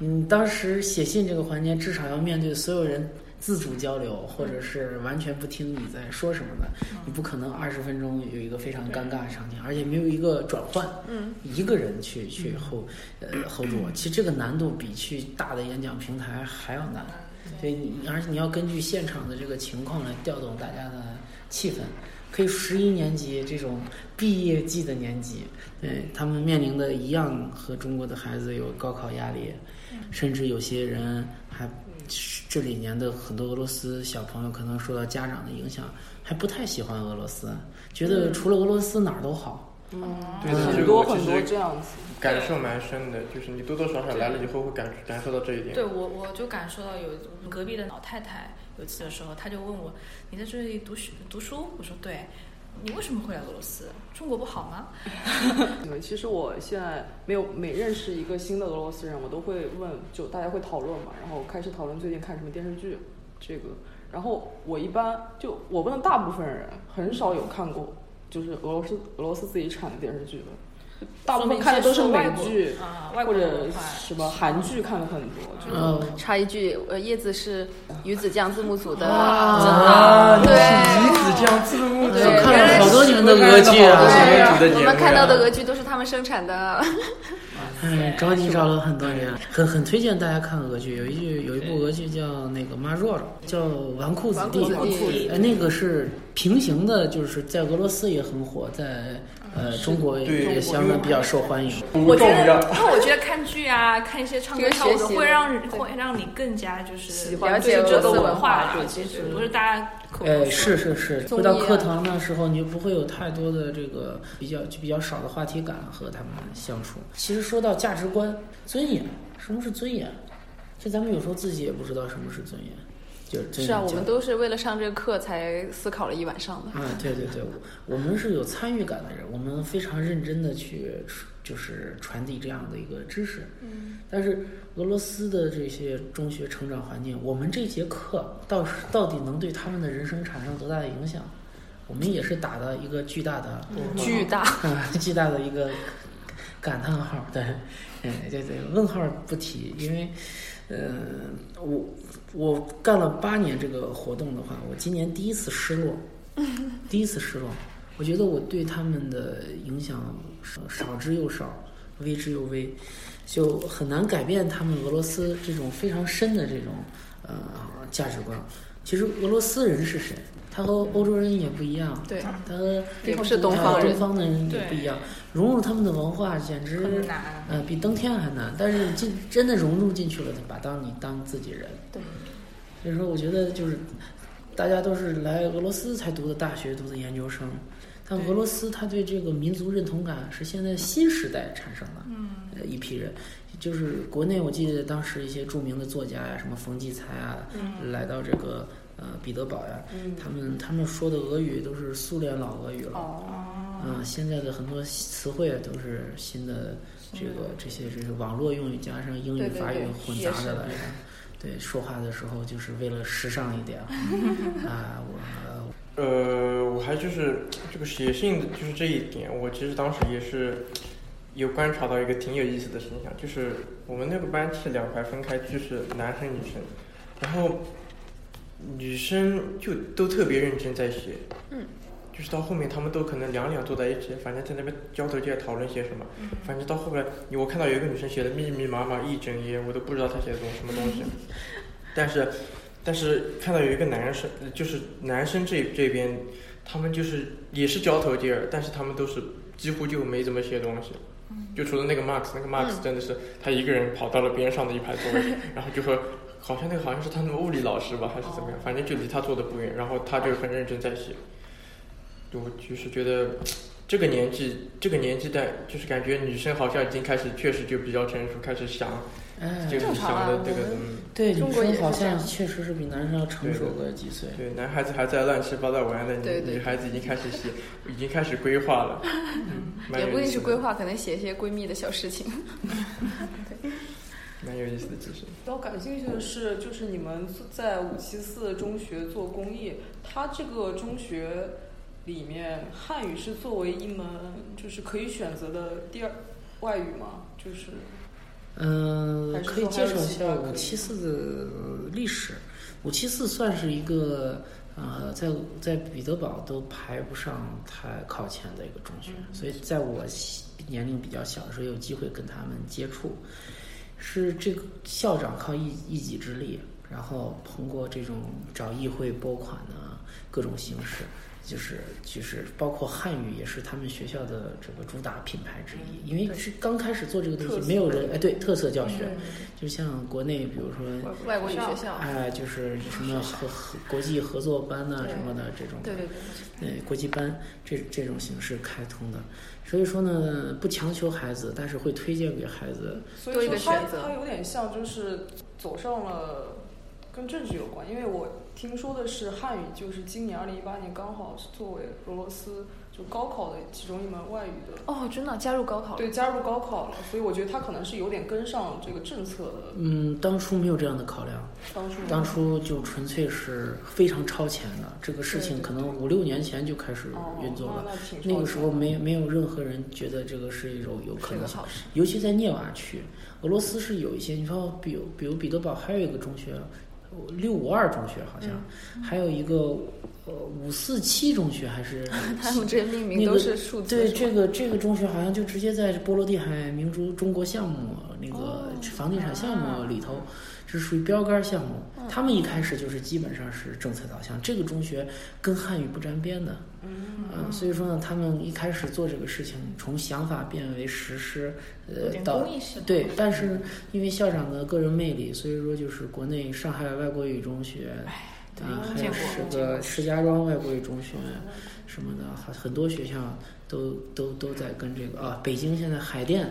[SPEAKER 4] 嗯，当时写信这个环节，至少要面对所有人自主交流，或者是完全不听你在说什么的，你不可能二十分钟有一个非常尴尬的场景，而且没有一个转换，嗯，一个人去去后呃 hold 住我。其实这个难度比去大的演讲平台还要难，对你，而且你要根据现场的这个情况来调动大家的气氛。可以十一年级这种毕业季的年级，对他们面临的一样和中国的孩子有高考压力，甚至有些人还这里年的很多俄罗斯小朋友可能受到家长的影响，还不太喜欢俄罗斯，觉得
[SPEAKER 2] 嗯
[SPEAKER 4] 除了俄罗斯哪儿都好。
[SPEAKER 6] 对的，
[SPEAKER 3] 很
[SPEAKER 6] 这个
[SPEAKER 3] 多
[SPEAKER 6] 我
[SPEAKER 3] 很
[SPEAKER 6] 其
[SPEAKER 3] 多
[SPEAKER 6] 实
[SPEAKER 3] 这样子，
[SPEAKER 6] 感受蛮深的，就是你多多少少来了以后会感感受到这一点。
[SPEAKER 5] 对我，我就感受到有隔壁的老太太有一次的时候，她就问我：“你在这里读学读书？”我说：“对。”你为什么会来俄罗斯？中国不好吗？
[SPEAKER 3] *laughs* 对，其实我现在没有每认识一个新的俄罗斯人，我都会问，就大家会讨论嘛，然后开始讨论最近看什么电视剧，这个，然后我一般就我问的大部分人，很少有看过就是俄罗斯俄罗斯自己产的电视剧的，大部分看的都是美剧
[SPEAKER 5] 啊，外
[SPEAKER 3] 或
[SPEAKER 5] 国
[SPEAKER 3] 者
[SPEAKER 5] 文化
[SPEAKER 3] 什么韩剧看的很多，就是
[SPEAKER 4] 嗯，
[SPEAKER 2] 插一句，呃，叶子是鱼子酱字幕组的，
[SPEAKER 4] 啊
[SPEAKER 2] 对
[SPEAKER 6] 是子酱字幕组
[SPEAKER 2] 对我
[SPEAKER 4] 看了好多年的俄剧啊
[SPEAKER 6] 原来是我看了好多年的俄
[SPEAKER 2] 对，
[SPEAKER 6] 剧
[SPEAKER 2] 我
[SPEAKER 6] 的
[SPEAKER 2] 们看到的俄
[SPEAKER 6] 剧，
[SPEAKER 2] 剧都是他们生产的。
[SPEAKER 4] 嗯啊哎，找你找了很多年，很很推荐大家看俄剧。有一句有一部俄剧叫那个《妈若若》，叫《纨绔子弟
[SPEAKER 2] 纨绔子》弟
[SPEAKER 4] 呃，那个是平行的，就是在俄罗斯也很火，在呃中国也
[SPEAKER 6] 对
[SPEAKER 4] 相当比较受欢迎。
[SPEAKER 6] 不
[SPEAKER 5] 我觉
[SPEAKER 6] 重
[SPEAKER 5] 得
[SPEAKER 6] 要，，
[SPEAKER 5] 那我觉得看剧啊，看一些唱歌
[SPEAKER 2] 这个
[SPEAKER 5] 跳舞
[SPEAKER 2] 学
[SPEAKER 5] 的，
[SPEAKER 2] 习
[SPEAKER 5] 会让
[SPEAKER 2] 对
[SPEAKER 5] 会让你更加就是
[SPEAKER 3] 喜
[SPEAKER 2] 欢
[SPEAKER 5] 对
[SPEAKER 2] 了解
[SPEAKER 5] 这
[SPEAKER 2] 俄罗
[SPEAKER 5] 个
[SPEAKER 2] 斯
[SPEAKER 5] 文
[SPEAKER 2] 文化
[SPEAKER 5] 了
[SPEAKER 2] 对
[SPEAKER 5] 解，
[SPEAKER 2] 其实
[SPEAKER 5] 不是大家口
[SPEAKER 4] 呃，
[SPEAKER 5] 口
[SPEAKER 4] 是是是，
[SPEAKER 2] 综
[SPEAKER 4] 回到
[SPEAKER 2] 艺啊
[SPEAKER 4] 课堂的时候，你就不会有太多的这个比较就比较少的话题感和他们相处。其实说到价值观、尊严，什么是尊严？就咱们有时候自己也不知道什么是尊严，就是尊严
[SPEAKER 2] 是啊，
[SPEAKER 4] 教
[SPEAKER 2] 我们都是为了上这个课才思考了一晚上的。
[SPEAKER 4] 啊，对对对，我们是有参与感的人，我们非常认真的去就是传递这样的一个知识。嗯，但是俄罗斯的这些中学成长环境，我们这节课到时到底能对他们的人生产生多大的影响？我们也是打的一个巨大的、 *laughs* 啊
[SPEAKER 2] 巨大，
[SPEAKER 4] 巨大的一个感叹号，对，嗯，对对，问号不提，因为，呃，我我干了八年这个活动的话，我今年第一次失落，第一次失落，我觉得我对他们的影响少少之又少，微之又微，就很难改变他们俄罗斯这种非常深的这种呃价值观。其实俄罗斯人是谁？他和欧洲人也不一样，
[SPEAKER 2] 对
[SPEAKER 4] 他和
[SPEAKER 2] 嗯也不是东方人
[SPEAKER 4] 东方的人也不一样，融入他们的文化简直
[SPEAKER 5] 很难
[SPEAKER 4] 呃，比登天还难。但是进真的融入进去了，他把当你当自己人。
[SPEAKER 2] 对，
[SPEAKER 4] 所以说我觉得就是大家都是来俄罗斯才读的大学，读的研究生。但俄罗斯，他对这个民族认同感是现在新时代产生的，嗯，一批人，就是国内，我记得当时一些著名的作家呀，什么冯骥才啊，来到这个呃彼得堡呀，他们他们说的俄语都是苏联老俄语了，
[SPEAKER 5] 哦
[SPEAKER 4] 嗯，现在的很多词汇啊都是新的，这个这些这个网络用语加上英语
[SPEAKER 2] 嗯对、对
[SPEAKER 4] 法语
[SPEAKER 2] 对
[SPEAKER 4] 混
[SPEAKER 2] 也
[SPEAKER 4] 杂
[SPEAKER 2] 是
[SPEAKER 4] 着来的。啊对，说话的时候就是为了时尚一点
[SPEAKER 2] *laughs*
[SPEAKER 4] 啊啊，我
[SPEAKER 6] 呃，我还就是这个写信的，就是这一点，我其实当时也是有观察到一个挺有意思的现象，就是我们那个班是两排分开，就是男生女生，然后女生就都特别认真在写，
[SPEAKER 2] 嗯，
[SPEAKER 6] 就是到后面他们都可能两两坐在一起，反正在那边交头接耳讨论些什么，反正到后来你我看到有一个女生写的密密麻麻一整页，我都不知道她写的东什么东西，但是但是看到有一个男生，呃就是男生这这边，他们就是也是交头接耳，但是他们都是几乎就没怎么写东西，
[SPEAKER 2] 嗯
[SPEAKER 6] 就除了那个 Max，那个 Max 真的是他一个人跑到了边上的一排座位，然后就和好像那个好像是他们物理老师吧，还是怎么样，反正就离他坐的不远，然后他就很认真在写。我就是觉得这个年纪，这个年纪代，就是感觉女生好像已经开始确实就比较成熟，开始想
[SPEAKER 4] 哎，
[SPEAKER 6] 这个
[SPEAKER 2] 正常啊
[SPEAKER 6] 想的这个
[SPEAKER 2] 我们
[SPEAKER 6] 嗯
[SPEAKER 4] 对，
[SPEAKER 2] 中
[SPEAKER 4] 女
[SPEAKER 2] 国也
[SPEAKER 4] 生
[SPEAKER 2] 是
[SPEAKER 4] 好
[SPEAKER 2] 这
[SPEAKER 4] 像
[SPEAKER 2] 样
[SPEAKER 4] 确实是比男生要成
[SPEAKER 6] 对
[SPEAKER 4] 熟
[SPEAKER 6] 对
[SPEAKER 4] 个几岁。
[SPEAKER 6] 对，男孩子还在乱七八糟玩的，
[SPEAKER 2] 对
[SPEAKER 6] 女
[SPEAKER 2] 对
[SPEAKER 6] 女孩子已经开始写，已经开始规划了，嗯蛮
[SPEAKER 2] 也
[SPEAKER 6] 有
[SPEAKER 2] 不一
[SPEAKER 6] 意
[SPEAKER 2] 定
[SPEAKER 6] 思
[SPEAKER 2] 是
[SPEAKER 6] 的
[SPEAKER 2] 规，划，可能写一些闺蜜的小事 *laughs* 情。
[SPEAKER 6] 蛮有意思的，其实。
[SPEAKER 3] 我感兴趣的是，就是你们在五七四中学做公益，它这个中学里面汉语是作为一门就是可以选择的第二外语吗？就是
[SPEAKER 4] 嗯、
[SPEAKER 3] 还是
[SPEAKER 4] 可以
[SPEAKER 3] 说
[SPEAKER 4] 介
[SPEAKER 3] 还有
[SPEAKER 4] 绍一
[SPEAKER 3] 其
[SPEAKER 4] 下
[SPEAKER 3] 他可
[SPEAKER 4] 五
[SPEAKER 3] 以
[SPEAKER 4] 七四的历史。五七四算是一个呃，在在彼得堡都排不上太靠前的一个中学，
[SPEAKER 3] 嗯
[SPEAKER 4] 所以在我西年龄比较小的时候，有机会跟他们接触，是这个校长靠一一己之力，然后通过这种找议会拨款啊，各种形式。就是就是包括汉语也是他们学校的这个主打品牌之
[SPEAKER 2] 嗯
[SPEAKER 4] 一，因为是刚开始做这个东西，没有人哎对特色教学，就像国内比如说
[SPEAKER 2] 外嗯国语学校，
[SPEAKER 4] 哎就是什么合合国际合作班呐、什么的这种，
[SPEAKER 2] 对对对，
[SPEAKER 4] 呃国际班这这种形式开通的，所以说呢不强求孩子，但是会推荐给孩子，
[SPEAKER 3] 所
[SPEAKER 2] 多
[SPEAKER 3] 以
[SPEAKER 2] 一
[SPEAKER 3] 说
[SPEAKER 2] 个
[SPEAKER 3] 它
[SPEAKER 2] 选择
[SPEAKER 3] 它有点像就是走上了跟政治有关，因为我听说的是汉语就是今年二零一八年刚好是作为俄罗斯就高考的其中一门外语的。
[SPEAKER 2] 哦，真的加入高考了。
[SPEAKER 3] 对，加入高考了，所以我觉得他可能是有点跟上这个政策的
[SPEAKER 4] 嗯，当初没有这样的考量，
[SPEAKER 3] 当初。
[SPEAKER 4] 当初就纯粹是非常超前的，这个事
[SPEAKER 3] 对
[SPEAKER 4] 情
[SPEAKER 3] 对
[SPEAKER 4] 可能五六年前就开始
[SPEAKER 3] 哦，
[SPEAKER 4] 运作了。
[SPEAKER 3] 那那挺
[SPEAKER 4] 那个时候
[SPEAKER 3] 超前的
[SPEAKER 4] 没没有任何人觉得这个是一种有可
[SPEAKER 2] 是
[SPEAKER 4] 能
[SPEAKER 2] 个
[SPEAKER 4] 性，
[SPEAKER 2] 好事，
[SPEAKER 4] 尤其在涅瓦区，俄罗斯是有一些，你说比如比如彼得堡还有一个中学，六五二中学好像，
[SPEAKER 3] 嗯
[SPEAKER 4] 还有一个呃五四七中学还
[SPEAKER 3] *laughs*
[SPEAKER 4] 是
[SPEAKER 2] *laughs* 他们这些命名
[SPEAKER 4] 那个
[SPEAKER 2] 都是数字。
[SPEAKER 4] 对，
[SPEAKER 2] 是吧
[SPEAKER 4] 这个这个中学好像就直接在波罗的海民族中国项目那个房地产项目里头，是属于标杆项目。他们一开始就是基本上是政策导向，这个中学跟汉语不沾边的。嗯、所以说呢，他们一开始做这个事情，从想法变为实施，
[SPEAKER 5] 有
[SPEAKER 4] 呃，
[SPEAKER 5] 点
[SPEAKER 4] 到
[SPEAKER 5] 公益性。
[SPEAKER 4] 对，但是因为校长的个人魅力，所以说就是国内上海外国语中学，
[SPEAKER 5] 哎对
[SPEAKER 4] 啊，还
[SPEAKER 5] 见
[SPEAKER 4] 有
[SPEAKER 5] 过
[SPEAKER 4] 是
[SPEAKER 5] 见过
[SPEAKER 4] 个石家庄外国语中学什么的，很很多学校都都都在跟这个啊，北京现在海淀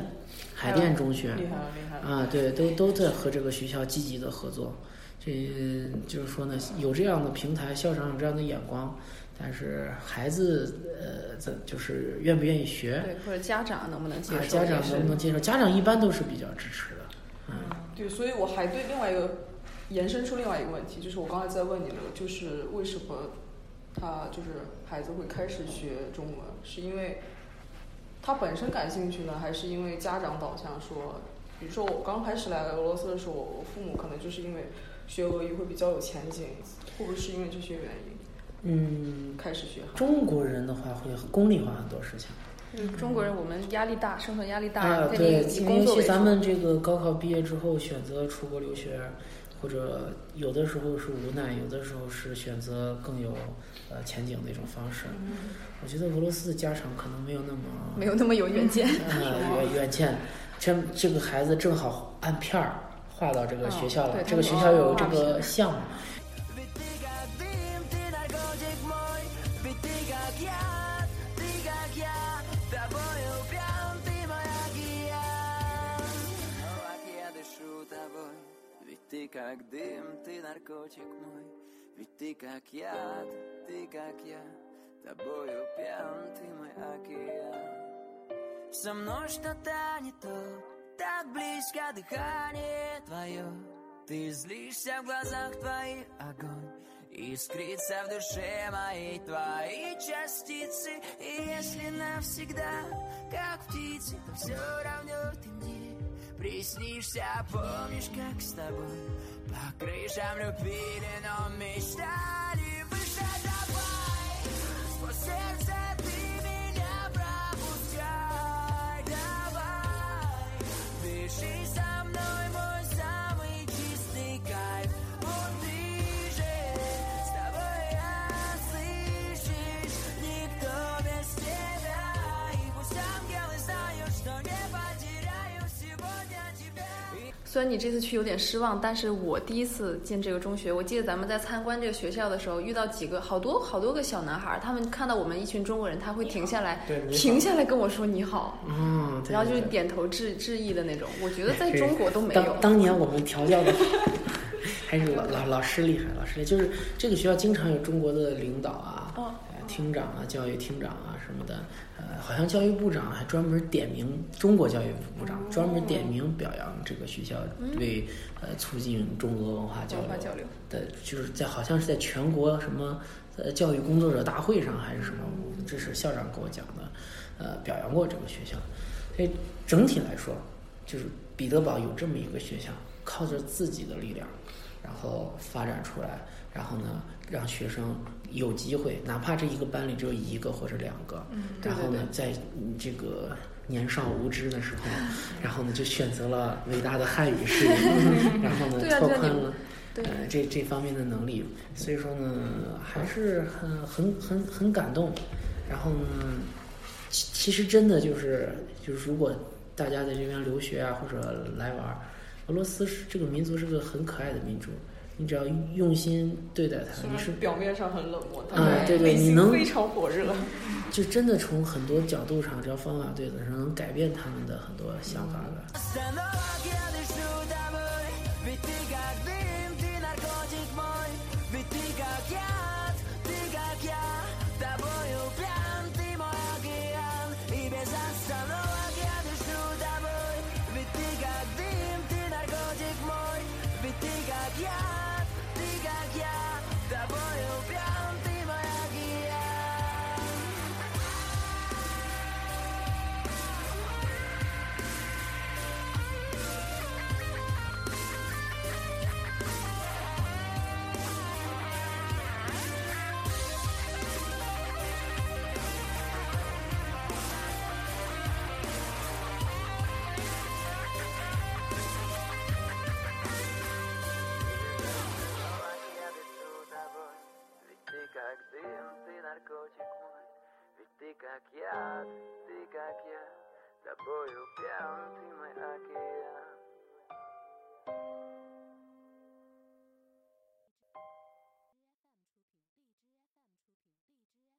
[SPEAKER 4] 海淀中学
[SPEAKER 3] 厉害了，厉害了。
[SPEAKER 4] 啊，对，都都在和这个学校积极的合作。这就是说呢，有这样的平台，校长有这样的眼光，但是孩子呃，这就是愿不愿意学，
[SPEAKER 2] 对，或者家长能不能接
[SPEAKER 4] 啊，
[SPEAKER 2] 受？
[SPEAKER 4] 家长
[SPEAKER 2] 也是
[SPEAKER 4] 能不能接受？家长一般都是比较支持的。嗯
[SPEAKER 3] 对，所以我还对另外一个延伸出另外一个问题，就是我刚才在问你的，就是为什么他就是孩子会开始学中文，是因为他本身感兴趣呢，还是因为家长导向说，比如说我刚开始来俄罗斯的时候，我父母可能就是因为学俄语会比较有前景，会不会是因为这些原因
[SPEAKER 4] 嗯，
[SPEAKER 3] 开始学？
[SPEAKER 4] 中国人的话会功利化很多事情。
[SPEAKER 2] 嗯中国人我们压力大，生存压力大，
[SPEAKER 4] 啊，
[SPEAKER 2] 肯定
[SPEAKER 4] 对，
[SPEAKER 2] 以
[SPEAKER 4] 因为
[SPEAKER 2] 工
[SPEAKER 4] 尤
[SPEAKER 2] 作
[SPEAKER 4] 其
[SPEAKER 2] 为主。
[SPEAKER 4] 咱们这个高考毕业之后选择出国留学，或者有的时候是无奈，有的时候是选择更有呃前景的一种方式。我觉得俄罗斯的家长可能没有那么
[SPEAKER 2] 嗯 *laughs* 没有那么有远见。
[SPEAKER 4] 啊，远远见，这这个孩子正好按片儿划到这个学校了，
[SPEAKER 2] 哦对
[SPEAKER 4] 这个
[SPEAKER 2] 他
[SPEAKER 4] 学
[SPEAKER 2] 们
[SPEAKER 4] 校有
[SPEAKER 2] 哦
[SPEAKER 4] 这
[SPEAKER 2] 划
[SPEAKER 4] 个项目，
[SPEAKER 7] Vì tiga dim, tinar gojek moj Vì tigak ja, tigak ja Тобой убьем, ты мой океан Как я дышу тобой Ведь ты как дым, ты наркотик мой Ведь ты как яд, ты как я Тобою пьян, ты мой океан со мной что-то не то Так близко дыхание твое Ты злишься в глазах твоих огонь Искрится в душе моей твои частицы И если навсегда, как птицы То все равно ты мне Приснишься, помнишь, как с тобой По крышам любили, но мечтали выше давай Сквозь сердце ты меня пропускай Давай, дыши со мной мой самый чистый кайф Вот ты же, с тобой я, слышишь Никто без тебя И пусть ангелы знают, что не потеряю сегодня тебя
[SPEAKER 2] 虽然你这次去有点失望，但是我第一次进这个中学，我记得咱们在参观这个学校的时候，遇到几个好多好多个小男孩，他们看到我们一群中国人，他会停下来
[SPEAKER 6] 对，你好
[SPEAKER 2] 停下来跟我说你好，
[SPEAKER 4] 嗯，对
[SPEAKER 2] 然后
[SPEAKER 4] 对
[SPEAKER 2] 就
[SPEAKER 4] 对
[SPEAKER 2] 点头致致意的那种。我觉得在中国都没有
[SPEAKER 4] 当。当年我们调教的还是老老老师厉害，老师厉害。就是这个学校经常有中国的领导啊、
[SPEAKER 2] 哦
[SPEAKER 4] 呃厅长啊、教育厅长啊什么的。呃，好像教育部长还专门点名中国教育部部长、
[SPEAKER 2] 哦
[SPEAKER 4] 专门点名表扬这个学校为、呃促进中俄文化交
[SPEAKER 2] 嗯文化
[SPEAKER 4] 流
[SPEAKER 2] 交流
[SPEAKER 4] 的，就是在好像是在全国什么呃教育工作者大会上还是什么，这是校长给我讲的，呃，表扬过这个学校。所以整体来说，就是彼得堡有这么一个学校，靠着自己的力量，然后发展出来，然后呢，让学生有机会，哪怕这一个班里只有一个或者两个，然后呢，在嗯这个年少无知的时候，然后呢就选择了伟大的汉
[SPEAKER 2] *laughs*
[SPEAKER 4] 语事业，然后呢
[SPEAKER 2] 对啊
[SPEAKER 4] 拓
[SPEAKER 2] 对啊
[SPEAKER 4] 宽
[SPEAKER 2] 你
[SPEAKER 4] 了。呃，这这方面的能力，所以说呢，还是很很很很感动。然后呢，其其实真的就是就是，如果大家在这边留学啊，或者来玩儿，俄罗斯是这个民族是个很可爱的民族。你只要用心对待它，
[SPEAKER 3] 虽
[SPEAKER 4] 你是
[SPEAKER 3] 然表面上很冷漠，但
[SPEAKER 4] 啊，对对，
[SPEAKER 3] 内
[SPEAKER 4] 你
[SPEAKER 3] 心
[SPEAKER 4] 能
[SPEAKER 3] 非常火热。
[SPEAKER 4] 就真的从很多角度上，只要方法对的时候，能改变他们的很多想法的。
[SPEAKER 7] Остановок я дышу тобой Ведь ты как дым, ты наркотик мой Ведь ты как яд, ты как я Тобою пьян, ты мой океан И без остановок я дышу тобой Ведь ты как дым, ты наркотик мой Ведь ты как яд, ты как я Тобою пьян, ты мой океан
[SPEAKER 8] ты как я, ты как я, тобою пьян, ты мой океан.